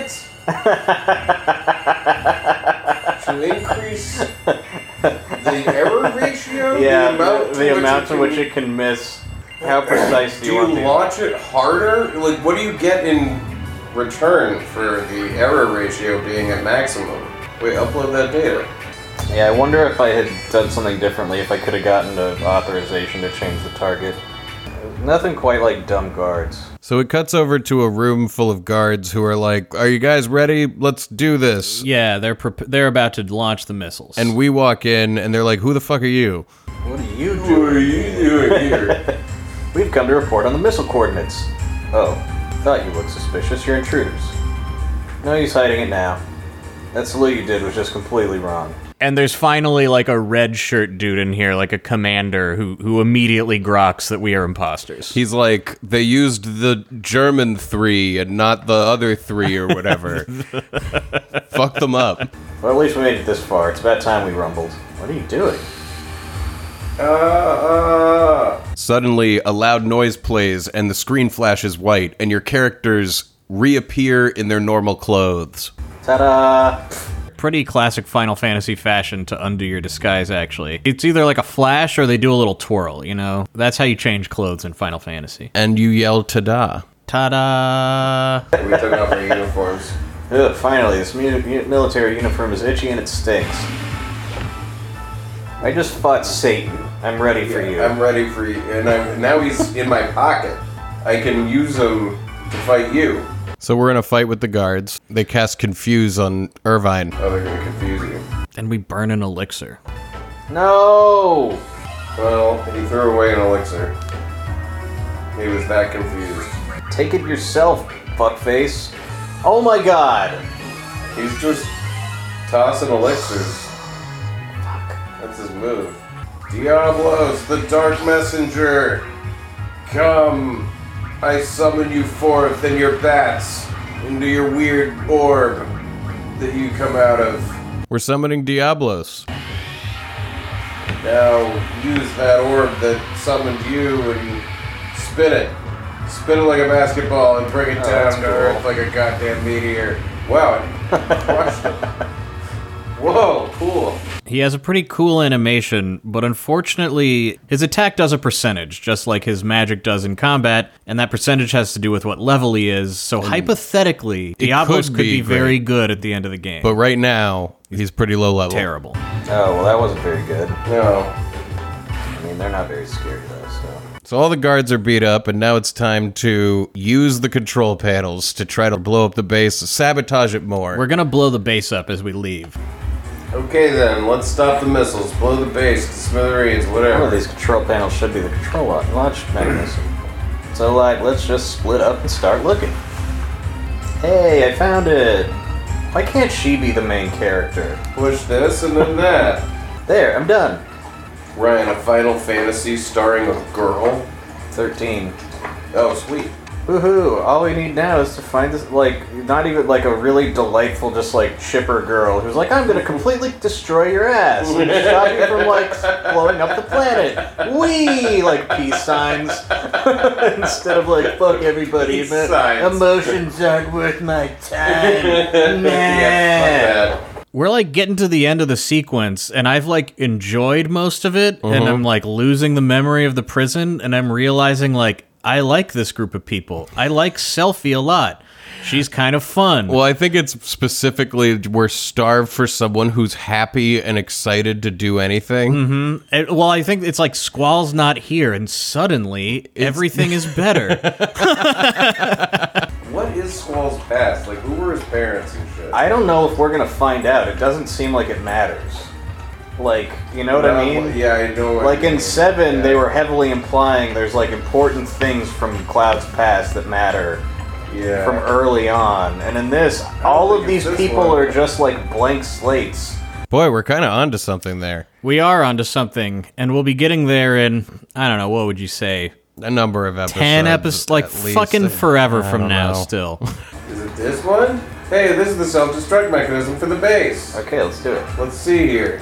to increase the error ratio?
Yeah,
the amount to, which,
amount
it
to which
can-
it can miss. How precise do
Do
you
you
want the
launch it harder? Like, what do you get in return for the error ratio being at maximum? Wait, upload that data.
Yeah, I wonder if I had done something differently, if I could have gotten the authorization to change the target. Nothing quite like dumb guards.
so it cuts over to a room full of guards who are like, Are you guys ready? Let's do this.
Yeah, they're prep they're about to launch the missiles.
And we walk in and they're like, Who the fuck are you?
What are you
What are
doing?
you doing here?
We've come to report on the missile coordinates. Oh, thought you looked suspicious. You're intruders. No use hiding it now. That salute you did was just completely wrong.
and there's finally like a red shirt dude in here, like a commander who who immediately groks that we are imposters.
He's like, They used the German three and not the other three or whatever. fuck them up.
Well, at least we made it this far. It's about time we rumbled. What are you doing?
Uh, uh,
Suddenly, a loud noise plays and the screen flashes white, and your characters reappear in their normal clothes.
Ta-da!
Pretty classic Final Fantasy fashion to undo your disguise. Actually, it's either like a flash or they do a little twirl. You know, that's how you change clothes in Final Fantasy.
And you yell, Ta-da.
Ta-da!
we took off our uniforms.
Ugh, finally, this mu- mu- military uniform is itchy and it stinks. I just fought Satan. I'm ready for you.
I'm ready for you, and I'm, now he's in my pocket. I can use him to fight you.
So we're in a fight with the guards. They cast Confuse on Irvine.
Oh, they're gonna confuse you.
Then we burn an elixir.
No!
Well, he threw away an elixir. He was that confused.
Take it yourself, fuckface. Oh my god!
He's just tossing elixirs. That's his move. Diablos, the Dark Messenger! Come! I summon you forth in your bats! into your weird orb that you come out of.
We're summoning Diablos.
Now use that orb that summoned you and spin it. Spin it like a basketball and bring it down
Oh, that's
to
cool.
earth like a goddamn meteor. Wow. it crushed it. Whoa, cool.
He has a pretty cool animation, but unfortunately, his attack does a percentage, just like his magic does in combat, and that percentage has to do with what level he is. So hypothetically, Diablos
could
Oh. could,
be
be, very good at the end of the game.
But right now, he's pretty low level.
terrible.
Oh, well, that wasn't very good.
No.
I mean, they're not very scary, though, so.
So all the guards are beat up, and now it's time to use the control panels to try to blow up the base, sabotage it more.
We're gonna blow the base up as we leave.
Okay then, let's stop the missiles, blow the base, to smithereens,
One of
Oh,
whatever.
these control panels should be the control lo- launch mechanism. So, like, let's just split up and start looking. Hey, I found it! Why can't she be the main character?
Push this and then that.
There, I'm done.
Ryan, a Final Fantasy starring a girl?
13.
Oh, sweet.
Woohoo! All we need now is to find this, like, not even like a really delightful, just like chipper girl who's like, I'm gonna completely destroy your ass and stop you from like blowing up the planet. Wee! Like peace signs. Instead of like, fuck everybody,
Peace
but
signs.
emotions aren't worth my time. Nah.
Yeah, fuck that.
We're like getting to the end of the sequence, and I've like enjoyed most of it, and
Uh-huh.
I'm like losing the memory of the prison, and I'm realizing like I like this group of people. I like Selfie a lot. She's kind of fun.
well, I think it's specifically we're starved for someone who's happy and excited to do anything.
Mm-hmm. And- well, I think it's like Squall's not here, and suddenly everything is better.
What is Squall's past? Like, who were his parents and shit?
I don't know if we're gonna find out. It doesn't seem like it matters. Like, you know what I
Well,
mean?
Yeah, I know. what
Like
you
in
mean.
seven,
Yeah.
they were heavily implying there's like important things from Cloud's past that matter
yeah.
from early on, and in this, all
think
of
it's
these
this
people
one.
are just like blank slates.
Boy, we're kind of onto something there.
we are onto something, and we'll be getting there in I don't know what would you say
A number of episodes.
ten episodes, like
at least.
fucking forever
I
from
don't
now.
know.
Still,
Is it this one? Hey, this is the self-destruct mechanism for the base.
Okay, let's do it.
Let's see here.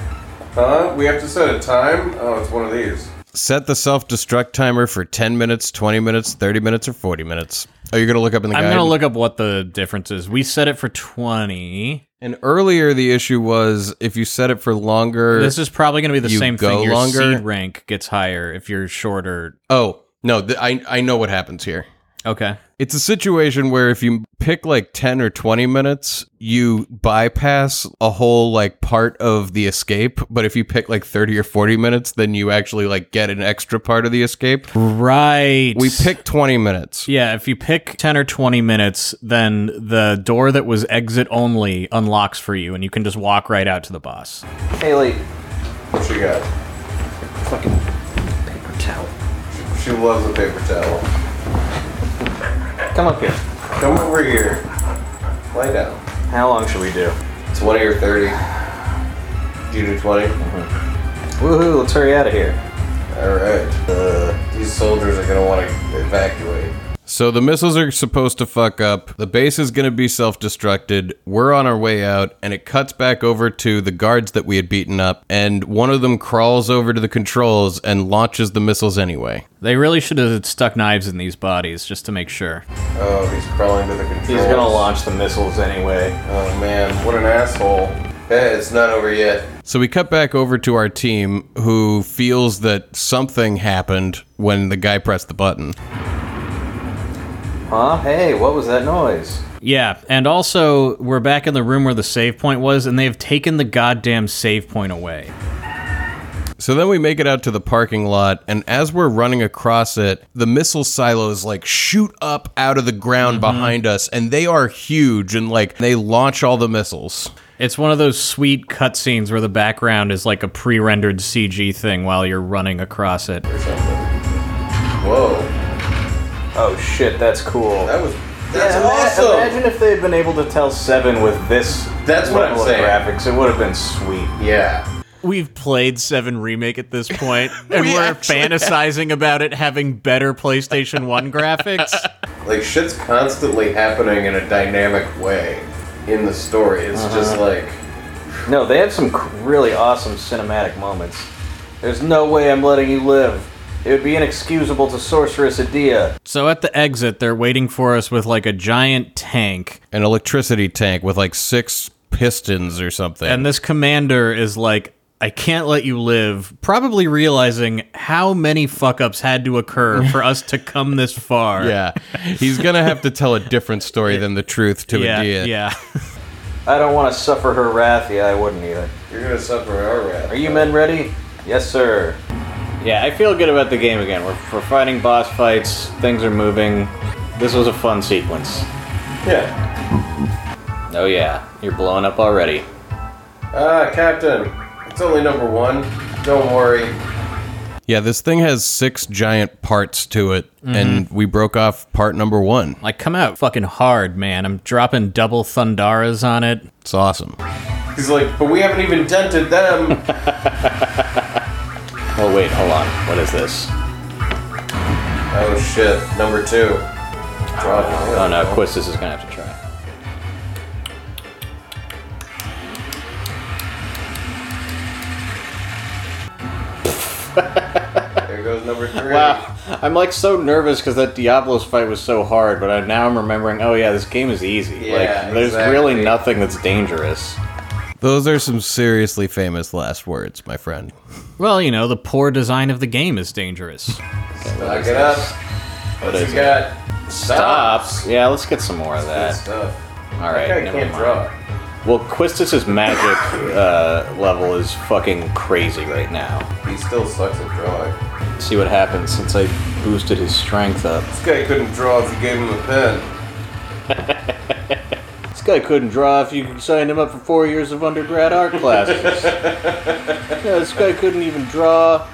Huh? We have to set a time? Oh, it's one of these.
Set the self destruct timer for 10 minutes, 20 minutes, 30 minutes, or 40 minutes. Oh, you're going to look up in the
I'm
guide?
gonna look up what the difference is. We set it for twenty.
And earlier, the issue was if you set it for longer.
This is probably going to be the
You
same
go
thing. Your
longer?
seed rank gets higher if you're shorter.
oh, no, th- I, I know what happens here.
Okay.
It's a situation where if you pick like 10 or 20 minutes, you bypass a whole like part of the escape. But if you pick like 30 or 40 minutes, then you actually like get an extra part of the escape.
Right.
We pick 20 minutes.
Yeah, if you pick 10 or 20 minutes, then the door that was exit only unlocks for you and you can just walk right out to the boss.
Haley,
What you got?
Fucking paper towel.
She loves a paper towel.
come up here.
Come over here. Lie down.
How long should we do?
20 or 30. Do you do 20?
Woohoo! Let's hurry out of here.
Alright. Uh, these soldiers are gonna want to evacuate.
So the missiles are supposed to fuck up. The base is going to be self destructed. We're on our way out, and it cuts back over to the guards that we had beaten up. And one of them crawls over to the controls and launches the missiles anyway.
They really should have stuck knives in these bodies just to make sure.
Oh, he's crawling to the controls.
He's gonna launch the missiles anyway.
Oh man, what an asshole. Hey, it's not over yet.
So we cut back over to our team who feels that something happened when the guy pressed the button.
Huh? Hey, what was that noise?
Yeah, and also, we're back in the room where the save point was and they've taken the goddamn save point away.
So then we make it out to the parking lot, and as we're running across it, the missile silos like shoot up out of the ground
Mm-hmm.
behind us, and they are huge, and like they launch all the missiles.
It's one of those sweet cutscenes where the background is like a pre rendered CG thing while you're running across it.
Whoa,
Oh shit, that's cool.
that was. That's
Yeah, ima-
awesome!
Imagine if they had been able to tell seven with this
That's what
level
I'm saying.
of graphics. It would have been sweet.
Yeah.
We've played Seven Remake at this point, and
We
we are
actually
fantasizing about it having better PlayStation One graphics.
Like shit's constantly happening in a dynamic way in the story. It's just
Uh-huh.
like
No, they had some c- really awesome cinematic moments. There's no way I'm letting you live. It would be inexcusable to Sorceress Adia.
So at the exit, they're waiting for us with like a giant tank,
An electricity tank with like six pistons or something.
and this commander is like, I can't let you live, probably realizing how many fuck ups had to occur for us to come this far.
yeah, he's gonna have to tell a different story than the truth to
Yeah.
Adia.
Yeah.
I don't want to suffer her wrath. Yeah, I wouldn't either.
you're gonna suffer our wrath.
Are you men ready? Yes, sir.
Yeah, I feel good about the game again. We're, we're fighting boss fights, things are moving. This was a fun sequence.
Yeah.
Oh, yeah, you're blowing up already.
Ah, Captain. It's only number one. Don't worry.
Yeah, this thing has six giant parts to it, and we broke off part number one.
Like, come out fucking hard, man. I'm dropping double Thundaras on it.
It's awesome.
He's like, but we haven't even dented them.
Oh, wait, hold on. What is this?
oh shit. Number two. Draw
Oh, no, Quistis is gonna have to try.
There goes number three.
Wow, I'm like so nervous because that Diablos fight was so hard, but I, now I'm remembering, oh, yeah, this game is easy.
Yeah,
like, there's
exactly.
really nothing that's dangerous.
Those are some seriously famous last words, my friend.
Well, you know, the poor design of the game is dangerous.
Knock it up. What
is
you
it?
got?
Stops. Yeah, let's get some more of
Good
that.
stuff.
All
That
right,
guy
never
can't
mind.
draw.
Well, Quistis's magic uh, level is fucking crazy right now.
He still sucks at drawing.
Let's see what happens since I boosted his strength up.
This guy couldn't draw if you gave him a pen.
This guy couldn't draw if you signed him up for four years of undergrad art classes. yeah, this guy couldn't even draw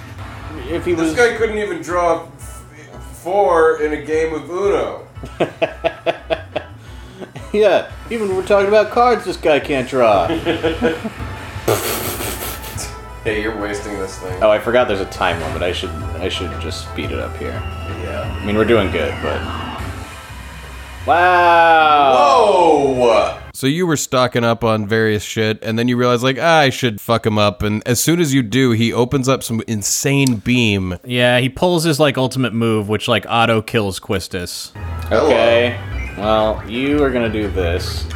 if he was.
This guy couldn't even draw f- four in a game of Uno.
Yeah, even when we're talking about cards, this guy can't draw.
Hey, you're wasting this thing.
oh, I forgot there's a time limit. I should I should just speed it up here.
Yeah.
I mean, we're doing good, but. Wow!
Oh!
So you were stocking up on various shit, and then you realize, like, ah, I should fuck him up. And as soon as you do, he opens up some insane beam.
yeah, he pulls his, like, ultimate move, which, like, auto kills Quistis.
Okay. Well, you are gonna do this,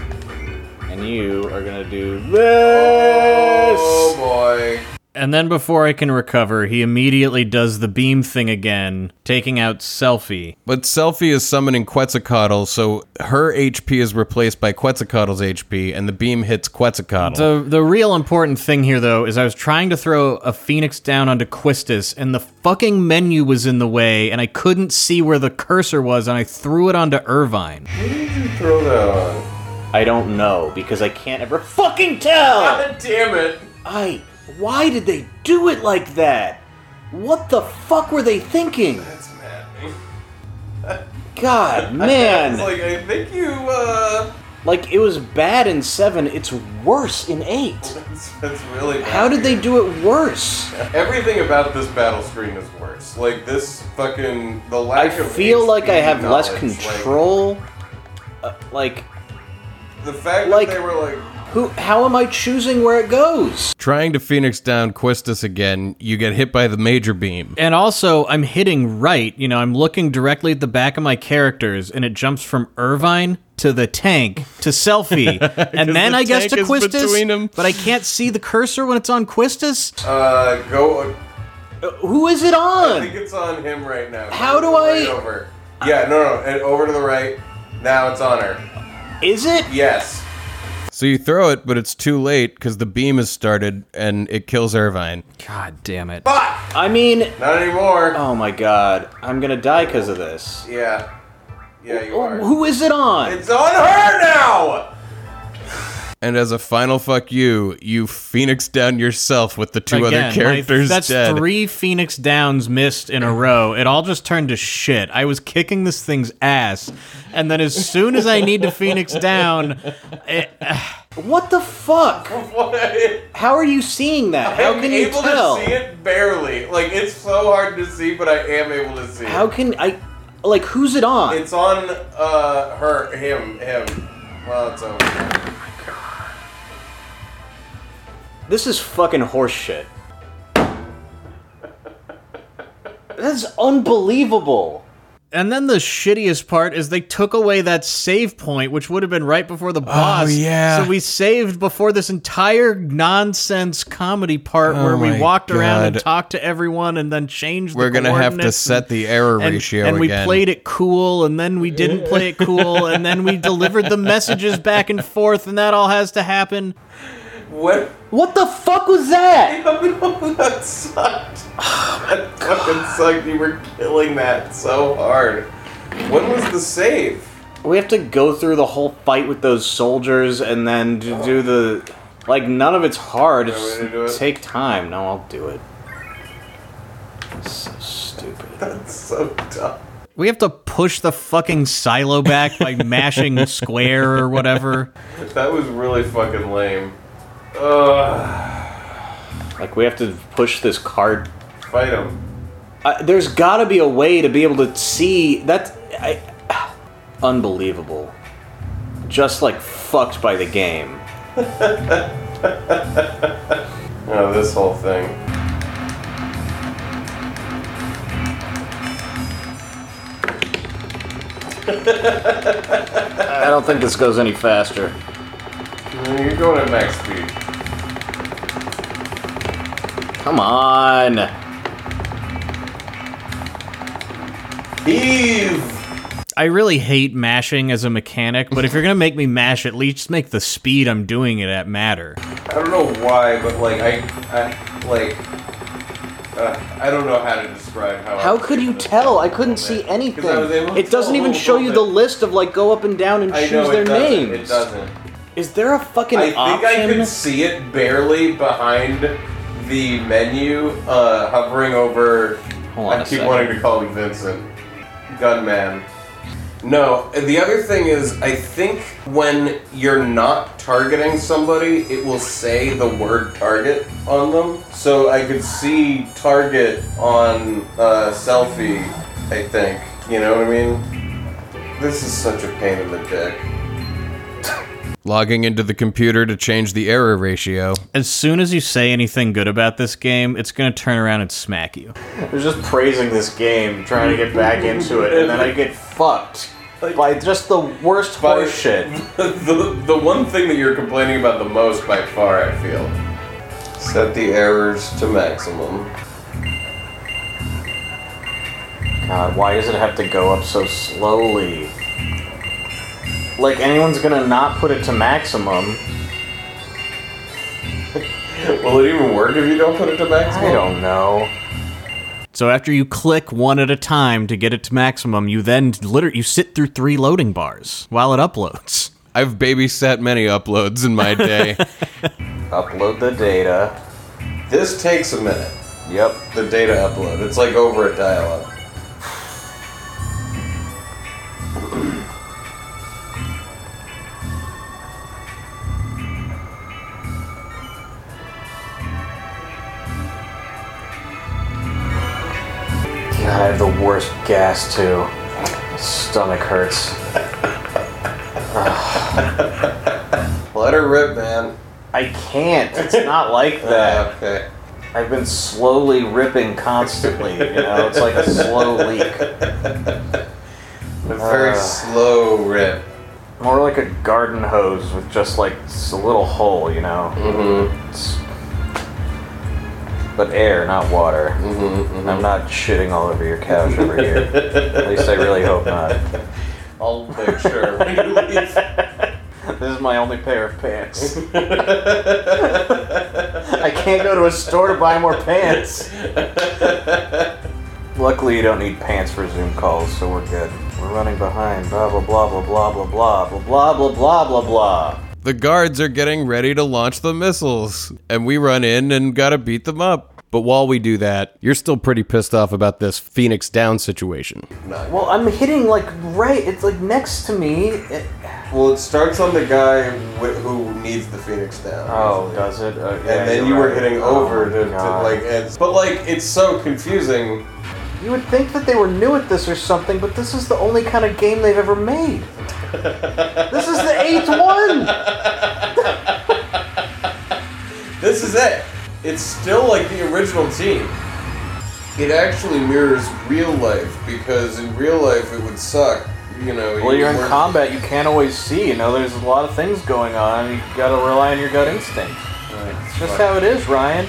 and you are gonna do this.
Oh boy.
And then before I can recover, he immediately does the beam thing again, taking out Selfie.
But Selfie is summoning Quetzalcoatl, so her HP is replaced by Quetzalcoatl's HP, and the beam hits Quetzalcoatl.
The the real important thing here though is I was trying to throw a phoenix down onto Quistis and the fucking menu was in the way and I couldn't see where the cursor was and I threw it onto Irvine.
Throw that on.
I don't know because I can't ever fucking tell.
God damn it.
I. Why did they do it like that? What the fuck were they thinking?
That's maddening.
God,
It's
man.
like, I think you, uh.
Like it was bad in seven. It's worse in eight.
That's, that's really bad.
How did they do it worse?
Everything about this battle screen is worse. Like, this fucking. The
I
lack of.
feel like I
HP
have less
knowledge, like,
control. Uh, like
the fact
like-
that they were like.
who? How am I choosing where it goes?
Trying to Phoenix down Quistis again, you get hit by the major beam.
And also I'm hitting right, you know, I'm looking directly at the back of my characters and it jumps from Irvine to the tank to Selfie and then
the
I guess
tank
to
is between 'em.
Quistis, but I can't see the cursor when it's on Quistis.
Uh, go.
Who is it
I think
on?
it's on him right now.
How do
Go right
I-
Over. Yeah, no, no, and over to the right. Now it's on her.
Is it?
Yes.
So you throw it, but it's too late because the beam has started and it kills Irvine.
God damn it.
But
I mean,
not anymore.
oh my god, I'm gonna die because of this.
Yeah. Yeah,
Oh,
you are.
Who is it on?
It's on her now.
And as a final fuck you, you Phoenix down yourself with the two
Again,
other
my-
characters
that's
dead.
three Phoenix Downs missed in a row. It all just turned to shit. I was kicking this thing's ass, and then as soon as I need to Phoenix Down, it,
What the fuck?
What?
How are you seeing that? How
I'm
can you
able
tell?
to see it barely. Like it's so hard to see, but I am able to see.
How
it.
can I? Like, who's it on?
It's on uh her him him. Well, it's over.
This is fucking horseshit. That's unbelievable.
And then the shittiest part is they took away that save point, which would have been right before the boss.
Oh, yeah.
So we saved before this entire nonsense comedy part where we
Oh my
walked around and
God.
talked to everyone and then changed. the
We're gonna have to
coordinates
set
and-
the error
and,
ratio
and we
again.
played it cool, and then we didn't play it cool, and then we delivered the messages back and forth, and that all has to happen.
What?
What the fuck was that?
that sucked.
Oh
That fucking sucked. You were killing that so hard. When was the save?
We have to go through the whole fight with those soldiers and then to do the. Like, none of it's hard.
want me
It's
to do it?
take time. No, I'll do it. So stupid.
That's so dumb.
We have to push the fucking silo back by mashing square or whatever.
That was really fucking lame. Ugh.
Like, we have to push this card
Fight him.
I, there's got to be a way to be able to see that. I, unbelievable. Just like fucked by the game.
Oh, this whole thing.
I don't think this goes any faster.
You're going at max speed.
Come on.
Eve!
I really hate mashing as a mechanic, but if you're gonna make me mash, at least make the speed I'm doing it at matter.
I don't know why, but like I, I like, uh, I don't know how to describe how.
How
I
could you
feel.
tell? I couldn't see
'Cause I was able
anything.
to
It doesn't
tell a
even
little
show you
bit.
the list of like go up and down and
I
choose
know
their
it doesn't.
names.
It doesn't.
Is there a fucking
I think I
option?
could see it barely behind the menu, uh, hovering over.
Hold on
I
a
keep
second.
wanting to call him Vincent, Gunman. No, and the other thing is, I think when you're not targeting somebody, it will say the word target on them. So I could see target on uh, selfie. I think you know what I mean. This is such a pain in the dick.
Logging into the computer to change the error ratio.
As soon as you say anything good about this game, it's gonna turn around and smack you.
I was just praising this game, trying to get back into it, and then I get fucked by just the worst
By-
horse shit.
the, the one thing that you're complaining about the most by far, I feel. Set the errors to maximum.
God, why does it have to go up so slowly? Like anyone's gonna not put it to maximum.
Will it even work if you don't put it to maximum?
I don't know.
So after you click one at a time to get it to maximum, you then literally you sit through three loading bars while it uploads.
I've babysat many uploads in my day.
Upload the data.
This takes a minute.
Yep.
The data upload. It's like over a dial-up.
God, I have the worst gas too. My stomach hurts.
Let her rip, man.
I can't. It's not like that.
Ah, okay.
I've been slowly ripping constantly. You know, it's like a slow leak.
A very
Ah.
slow rip.
More like a garden hose with just like s- a little hole. You know.
Mm-hmm.
It's- But air, not water.
Mm-hmm.
mm-hmm,
I'm not shitting all over your couch over here. At least I really hope not.
I'll make sure when you leave.
This is my only pair of pants. I can't go to a store to buy more pants. Luckily, you don't need pants for Zoom calls, so we're good. We're running behind. Blah blah blah blah blah blah blah blah blah blah blah blah blah.
the guards are getting ready to launch the missiles, and we run in and gotta beat them up. But while we do that, you're still pretty pissed off about this Phoenix down situation.
Well, I'm hitting like right. It's like next to me. It-
Well, it starts on the guy wi- who needs the Phoenix down.
oh, does it? Oh, yeah,
and then
you're
you were
right.
hitting
Oh
over
my
to, to
God.
like it's but like it's so confusing
You would think that they were new at this or something, but this is the only kind of game they've ever made. this is the eighth one!
This is it. It's still like the original team. It actually mirrors real life because in real life it would suck. You know.
Well,
you
you're in
weren't-
combat, you can't always see. You know, there's a lot of things going on. You gotta rely on your gut instinct. It's just how it is, Ryan.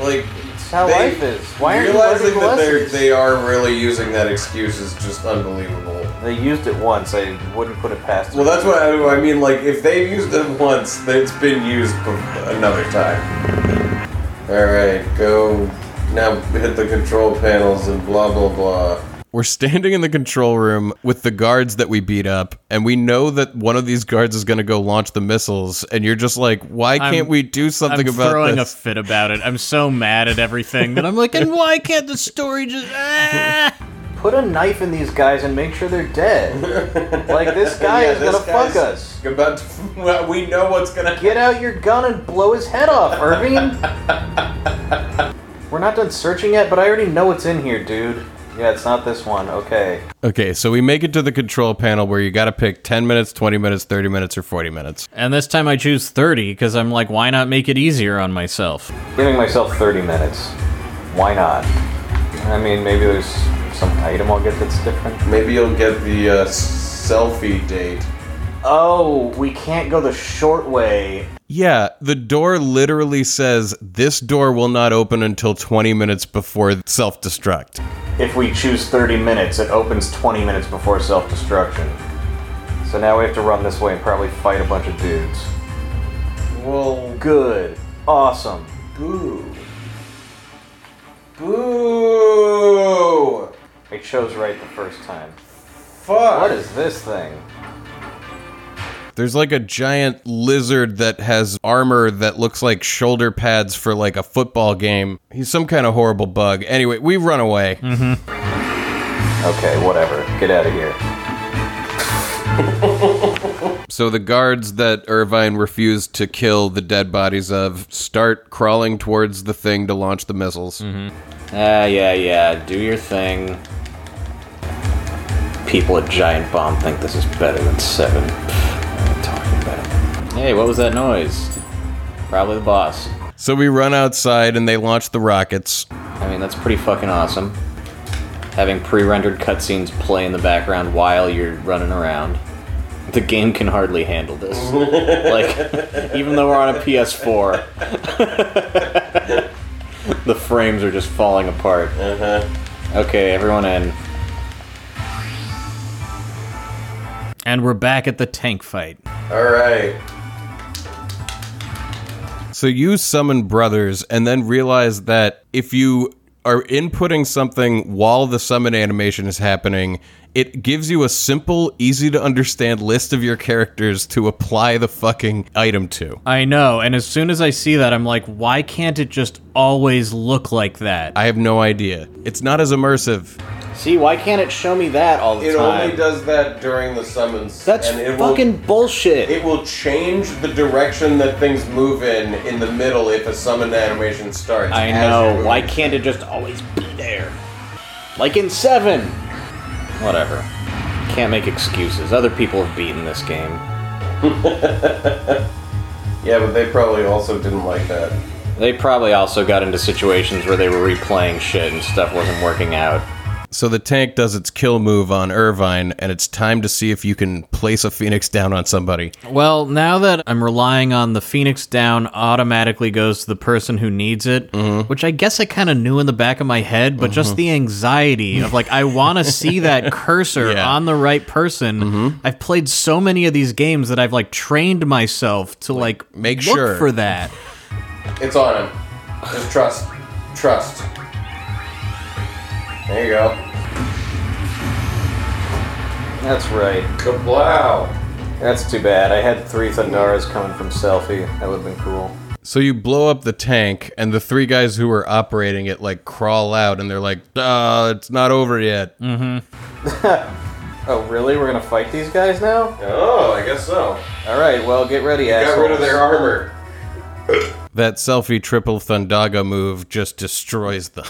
Like
It's how
they-
life is. Why aren't you
realizing
learning the
that they're,
lessons?
they are really using that excuse is just unbelievable.
They used it once. I wouldn't put it past.
Well,
them.
that's what I, I mean. Like, if they've used it once, then it's been used bef- another time. All right, go now. Hit the control panels and blah blah blah.
We're standing in the control room with the guards that we beat up, and we know that one of these guards is going to go launch the missiles. And you're just like, why can't we do
I'm
something about
throwing
this?
a fit about it. I'm so mad at everything that I'm like, and why can't the story just? Ah!
Put a knife in these guys and make sure they're dead. like this guy
Yeah,
is
this
gonna fuck
guy's
us.
About to, well, we know what's gonna.
Get out your gun and blow his head off, Irving. We're not done searching yet, but I already know what's in here, dude. Yeah, it's not this one. Okay.
okay, so we make it to the control panel where you got to pick 10 minutes, 20 minutes, 30 minutes, or 40 minutes.
And this time I choose 30 because I'm like, why not make it easier on myself?
Giving myself 30 minutes. Why not? I mean, maybe there's some item I'll get that's different.
Maybe you'll get the uh, selfie date.
Oh, we can't go the short way.
Yeah, the door literally says this door will not open until 20 minutes before self destruct.
If we choose 30 minutes, it opens 20 minutes before self destruction. So now we have to run this way and probably fight a bunch of dudes.
Well,
Good. Awesome.
boo, boo,
It chose right the first time.
fuck.
What is this thing?
There's like a giant lizard that has armor that looks like shoulder pads for like a football game. He's some kind of horrible bug. Anyway, we run away.
Okay, whatever. Get out of here.
So the guards that Irvine refused to kill the dead bodies of start crawling towards the thing to launch the missiles.
Ah, yeah, yeah. Do your thing. People at Giant Bomb think this is better than Seven. Pfft, what are you talking about? Hey, what was that noise? Probably the boss.
So we run outside and they launch the rockets.
I mean, that's pretty fucking awesome. Having pre-rendered cutscenes play in the background while you're running around. The game can hardly handle this. like, even though we're on a PS4, the frames are just falling apart.
Uh-huh.
Okay, everyone in.
And we're back at the tank fight.
All right.
So you summon brothers and then realize that if you are inputting something while the summon animation is happening, it gives you a simple, easy to understand list of your characters to apply the fucking item to.
I know, and as soon as I see that, I'm like, why can't it just always look like that?
I have no idea. It's not as immersive.
See, why can't it show me that all the
It
time?
only does that during the summons.
That's
and it will-
fucking bullshit.
It will change the direction that things move in in the middle if a summon animation starts.
I
as you're
know.
moving.
Why can't it just always be there? Like in seven. Whatever. Can't make excuses. Other people have beaten this game.
Yeah, but they probably also didn't like that.
They probably also got into situations where they were replaying shit and stuff wasn't working out.
So the tank does its kill move on Irvine, and it's time to see if you can place a Phoenix down on somebody.
Well, now that I'm relying on the Phoenix down automatically goes to the person who needs it,
Mm-hmm.
which I guess I kind of knew in the back of my head, but just the anxiety of like, I want to see that cursor
Yeah. Mm-hmm.
on the right person. I've played so many of these games that I've like trained myself to like
make
look
sure.
for that.
It's on him. Just trust. Trust. There you go.
That's right.
Kablow!
That's too bad. I had three Thundaras coming from Selfie. That would have been cool.
So you blow up the tank, and the three guys who were operating it like crawl out, and they're like, "Uh, it's not over yet."
Oh, really? We're gonna fight these guys now?
Oh, I guess so.
Alright, well, get ready, assholes.
Got rid of their armor.
That selfie triple Thundaga move just destroys them.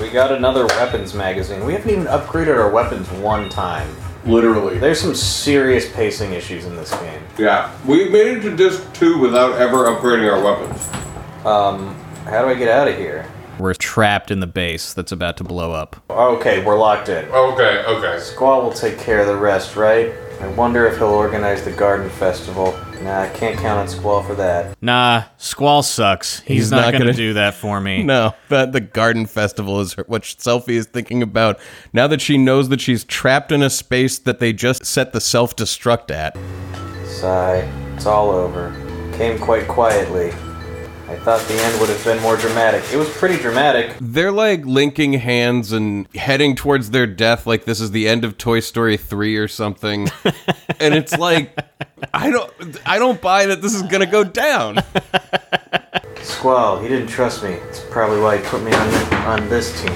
we got another weapons magazine. We haven't even upgraded our weapons one time.
Literally.
There's some serious pacing issues in this game.
Yeah. We made it to disc two without ever upgrading our weapons.
Um, how do I get out of here?
We're trapped in the base that's about to blow up.
Okay, we're locked in.
Okay, okay.
Squall will take care of the rest, right? I wonder if he'll organize the garden festival. Nah, I can't count on Squall for that.
Nah, Squall sucks. He's,
He's
not,
not
gonna,
gonna-
do that for me.
No, that the garden festival is what Selfie is thinking about now that she knows that she's trapped in a space that they just set the self destruct at.
Sigh. It's all over. Came quite quietly. I thought the end would have been more dramatic. It was pretty dramatic.
They're like linking hands and heading towards their death, like this is the end of Toy Story three or something. and it's like, I don't, I don't buy that this is gonna go down.
Squall, he didn't trust me. It's probably why he put me on, thi- on this team.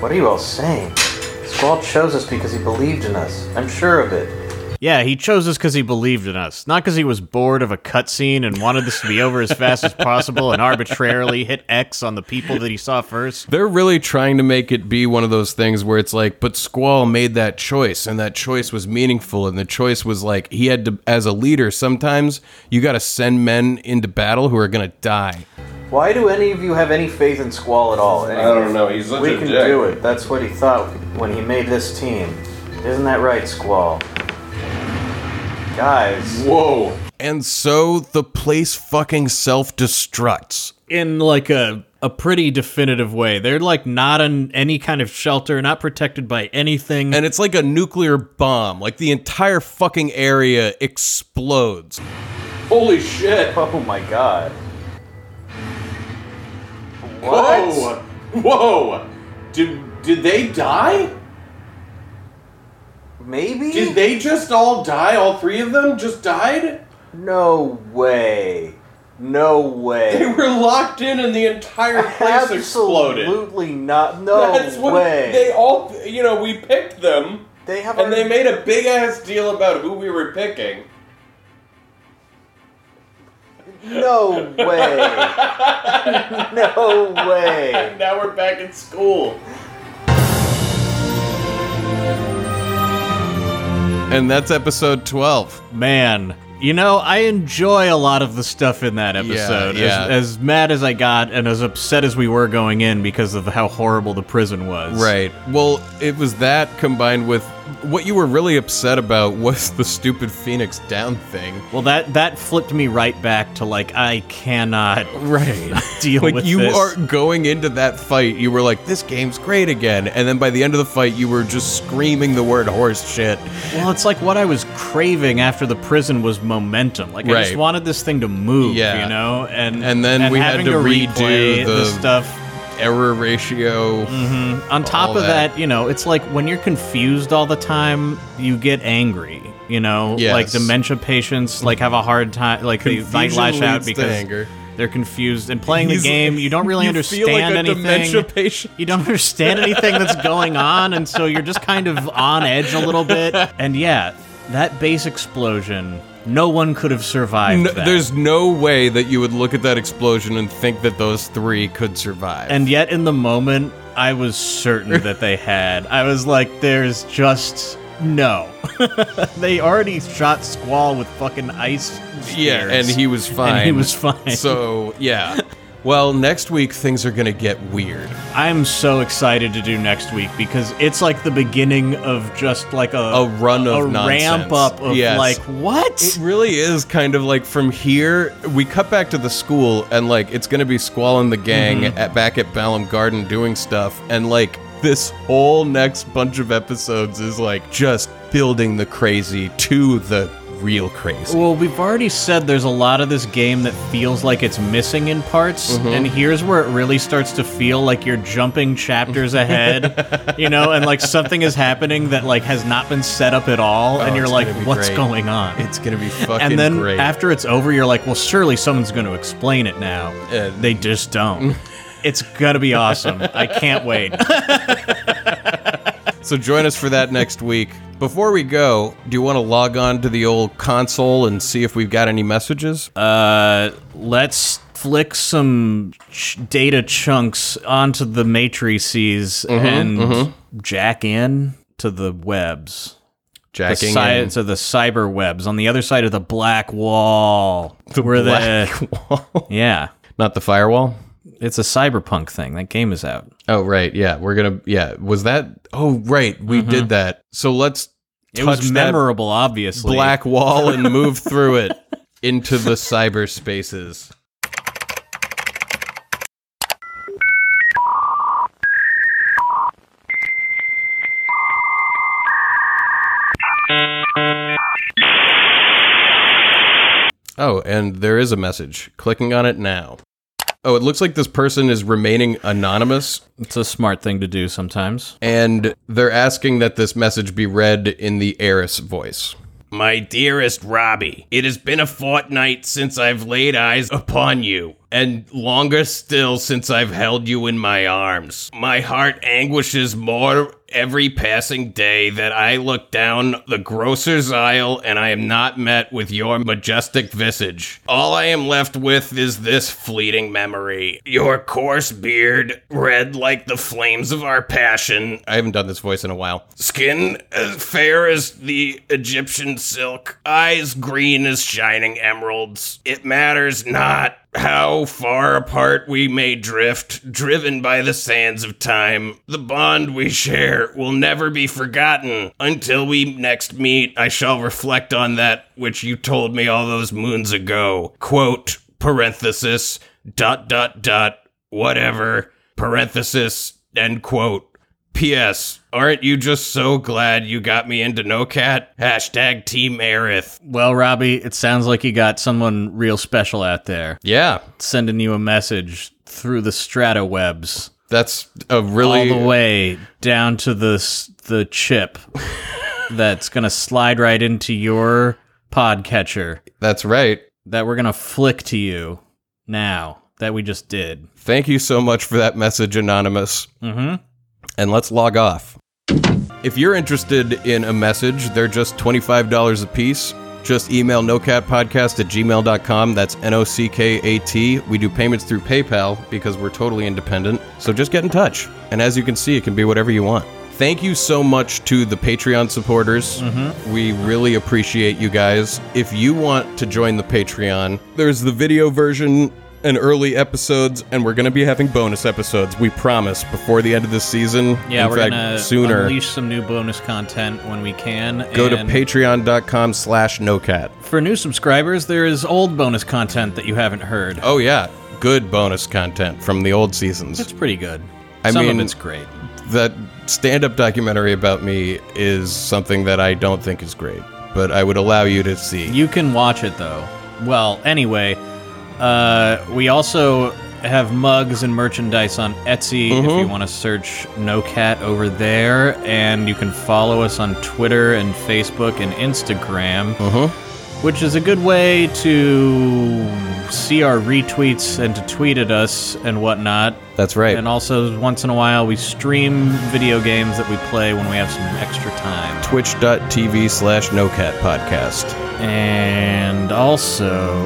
What are you all saying? Squall chose us because he believed in us. I'm sure of it.
Yeah, he chose us because he believed in us, not because he was bored of a cutscene and wanted this to be over as fast as possible and arbitrarily hit X on the people that he saw first.
They're really trying to make it be one of those things where it's like, but Squall made that choice, and that choice was meaningful, and the choice was like he had to, as a leader. Sometimes you got to send men into battle who are gonna die.
Why do any of you have any faith in Squall at all?
I don't know. He's such
We
a
can
dick.
do it. That's what he thought when he made this team. Isn't that right, Squall? Guys,
Whoa.
And so the place fucking self destructs.
In like a a pretty definitive way. They're like not in any kind of shelter, not protected by anything.
and it's like a nuclear bomb. Like the entire fucking area explodes.
Holy shit.
oh my god. What?
Whoa. Whoa. Did, did they die?
Maybe?
Did they just all die? All three of them just died?
No way. No
They
way.
were locked in and the entire place exploded.
Absolutely not. No
That's what
way.
they all, you know, we picked them
They have
and
our-
they made a big ass deal about who we were picking.
No way. no way.
And now we're back in school.
And that's episode 12.
Man, you know, I enjoy a lot of the stuff in that episode.
yeah.
As, as mad as I got and as upset as we were going in because of how horrible the prison was.
Right. Well, it was that combined with what you were really upset about was the stupid Phoenix down thing.
Well, that that flipped me right back to like I cannot
Right.
deal
Like
with
you
this.
are going into that fight, you were like, "This game's great again," and then by the end of the fight, you were just screaming the word "horse shit."
Well, it's like what I was craving after the prison was momentum. Like I just
Right.
wanted this thing to move,
Yeah.
you know, and
And then we had
having
to redo
replay
the-
stuff.
Error ratio.
On top
all
of
that.
that. you know, it's like when you're confused all the time, you get angry. You know,
Yes.
like dementia patients like have a hard time, like they
Confusion
like lash
leads
out
to
because
anger.
they're confused. And playing
He's-
the game, you don't really
you
understand
feel like a
anything.
dementia patient.
You don't understand anything that's going on, and so you're just kind of on edge a little bit. And yeah, that base explosion, no one could have survived.
No,
that.
there's no way that you would look at that explosion and think that those three could survive.
And yet, in the moment, I was certain that they had. I was like, there's just no. they already shot Squall with fucking ice.
yeah,
spears.
and he was fine.
And he was fine.
So yeah. Well, next week things are gonna get weird.
I'm so excited to do next week because it's like the beginning of just like a
A run of
a
nonsense.
ramp up of
Yes.
like what?
It really is kind of like from here we cut back to the school and like it's gonna be Squall and the gang
Mm-hmm.
at back at Balam Garden doing stuff and like this whole next bunch of episodes is like just building the crazy to the real crazy.
Well, we've already said there's a lot of this game that feels like it's missing in parts,
Mm-hmm.
and here's where it really starts to feel like you're jumping chapters ahead, you know, and like something is happening that like has not been set up at all, and you're
Oh, it's
like,
gonna be
what's
great.
going on?
It's gonna be fucking
and then
great.
after it's over, you're like, well, surely someone's going to explain it now.
Uh,
they just don't. it's gonna be awesome. I can't wait.
So join us for that next week. Before we go, do you want to log on to the old console and see if we've got any messages?
Uh, let's flick some ch- data chunks onto the matrices
Mm-hmm,
and jack in to the webs.
Jacking
the
in.
sides of the cyber webs on the other side of the black wall. The
black wall.
yeah,
Not the firewall.
it's a cyberpunk thing. That game is out.
Oh right, yeah. We're gonna yeah. Was that? Oh right, we did that. So let's
It
touch
was
that
memorable, obviously.
black wall and move through it into the cyber spaces. Oh, and there is a message. Clicking on it now. Oh, it looks like this person is remaining anonymous
It's a smart thing to do sometimes.
and they're asking that this message be read in the heiress voice. My dearest Robbie, it has been a fortnight since I've laid eyes upon you, and longer still since I've held you in my arms. My heart anguishes more every passing day that I look down the grocer's aisle and I am not met with your majestic visage. All I am left with is this fleeting memory. Your coarse beard, red like the flames of our passion. I haven't done this voice in a while. Skin as fair as the Egyptian silk, eyes green as shining emeralds. It matters not how far apart we may drift, driven by the sands of time, the bond we share will never be forgotten. Until we next meet, I shall reflect on that which you told me all those moons ago. Quote, parenthesis, dot, dot, dot, whatever, parenthesis, end quote. P.S. Aren't you just so glad you got me into NoCat? Hashtag Team Aerith.
Well, Robbie, it sounds like you got someone real special out there
Yeah,
sending you a message through the strata webs
that's a really
all the way down to the s- the chip that's going to slide right into your podcatcher
That's right.
that we're going to flick to you now that we just did.
Thank you so much for that message, Anonymous.
Mhm.
And let's log off. If you're interested in a message, they're just $25 a piece. Just email nocatpodcast at gmail.com. That's N O C K A T. We do payments through PayPal because we're totally independent. So just get in touch. And as you can see, it can be whatever you want. Thank you so much to the Patreon supporters.
Mm-hmm.
We really appreciate you guys. If you want to join the Patreon, there's the video version and early episodes, and we're going to be having bonus episodes. We promise before the end of this season.
Yeah,
in
we're
fact,
gonna
sooner.
unleash some new bonus content when we can.
Go to
and
patreon.com slash nocat.
for new subscribers. There is old bonus content that you haven't heard.
Oh, yeah. Good bonus content from the old seasons.
It's pretty good.
I
Some
mean-
of it's great.
That stand up documentary about me is something that I don't think is great, but I would allow you to see.
You can watch it though. Well, anyway, uh, we also have mugs and merchandise on Etsy if you want to search No Cat over there, and you can follow us on Twitter and Facebook and Instagram, which is a good way to see our retweets and to tweet at us and whatnot.
That's right.
And also, once in a while, we stream video games that we play when we have some extra time.
Twitch.tv slash nocat podcast.
And also,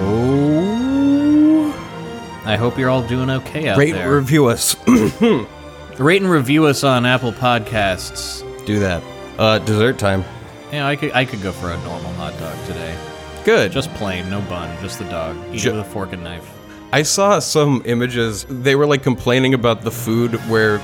I hope you're all doing okay out
Rate,
there.
review us.
Rate and review us on Apple Podcasts.
Do that. Uh, dessert time.
Yeah, I could I could go for a normal hot dog today.
Good.
Just plain, no bun, just the dog. Eat
Ju-
it with a fork and knife.
I saw some images. They were like complaining about the food where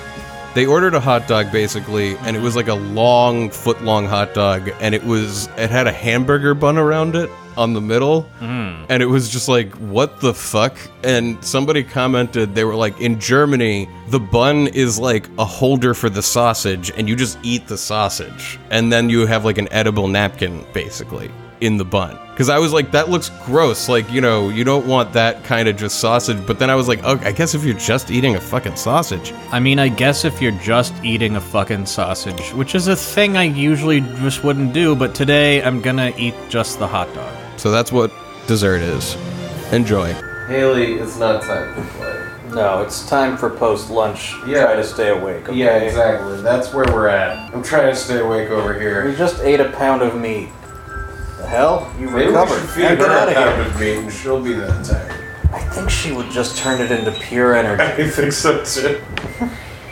they ordered a hot dog basically, and it was like a long foot long hot dog, and it was it had a hamburger bun around it on the middle, and it was just like what the fuck. And somebody commented they were like in Germany the bun is like a holder for the sausage, and you just eat the sausage, and then you have like an edible napkin basically in the bun. Because I was like, that looks gross. Like, you know, you don't want that kind of just sausage. But then I was like, oh, I guess if you're just eating a fucking sausage.
I mean, I guess if you're just eating a fucking sausage, which is a thing I usually just wouldn't do, but today I'm gonna eat just the hot dog.
So that's what dessert is. Enjoy.
Haley, it's not time for play.
No, it's time for post lunch.
Yeah.
Try to stay awake. Okay?
Yeah, exactly. That's where we're at. I'm trying to stay awake over here.
We just ate a pound of meat. The hell? You
Maybe we
recovered.
should
Now get
feed her
out
a
of here.
pound of meat and she'll be that tired.
I think she would just turn it into pure energy.
I think so too.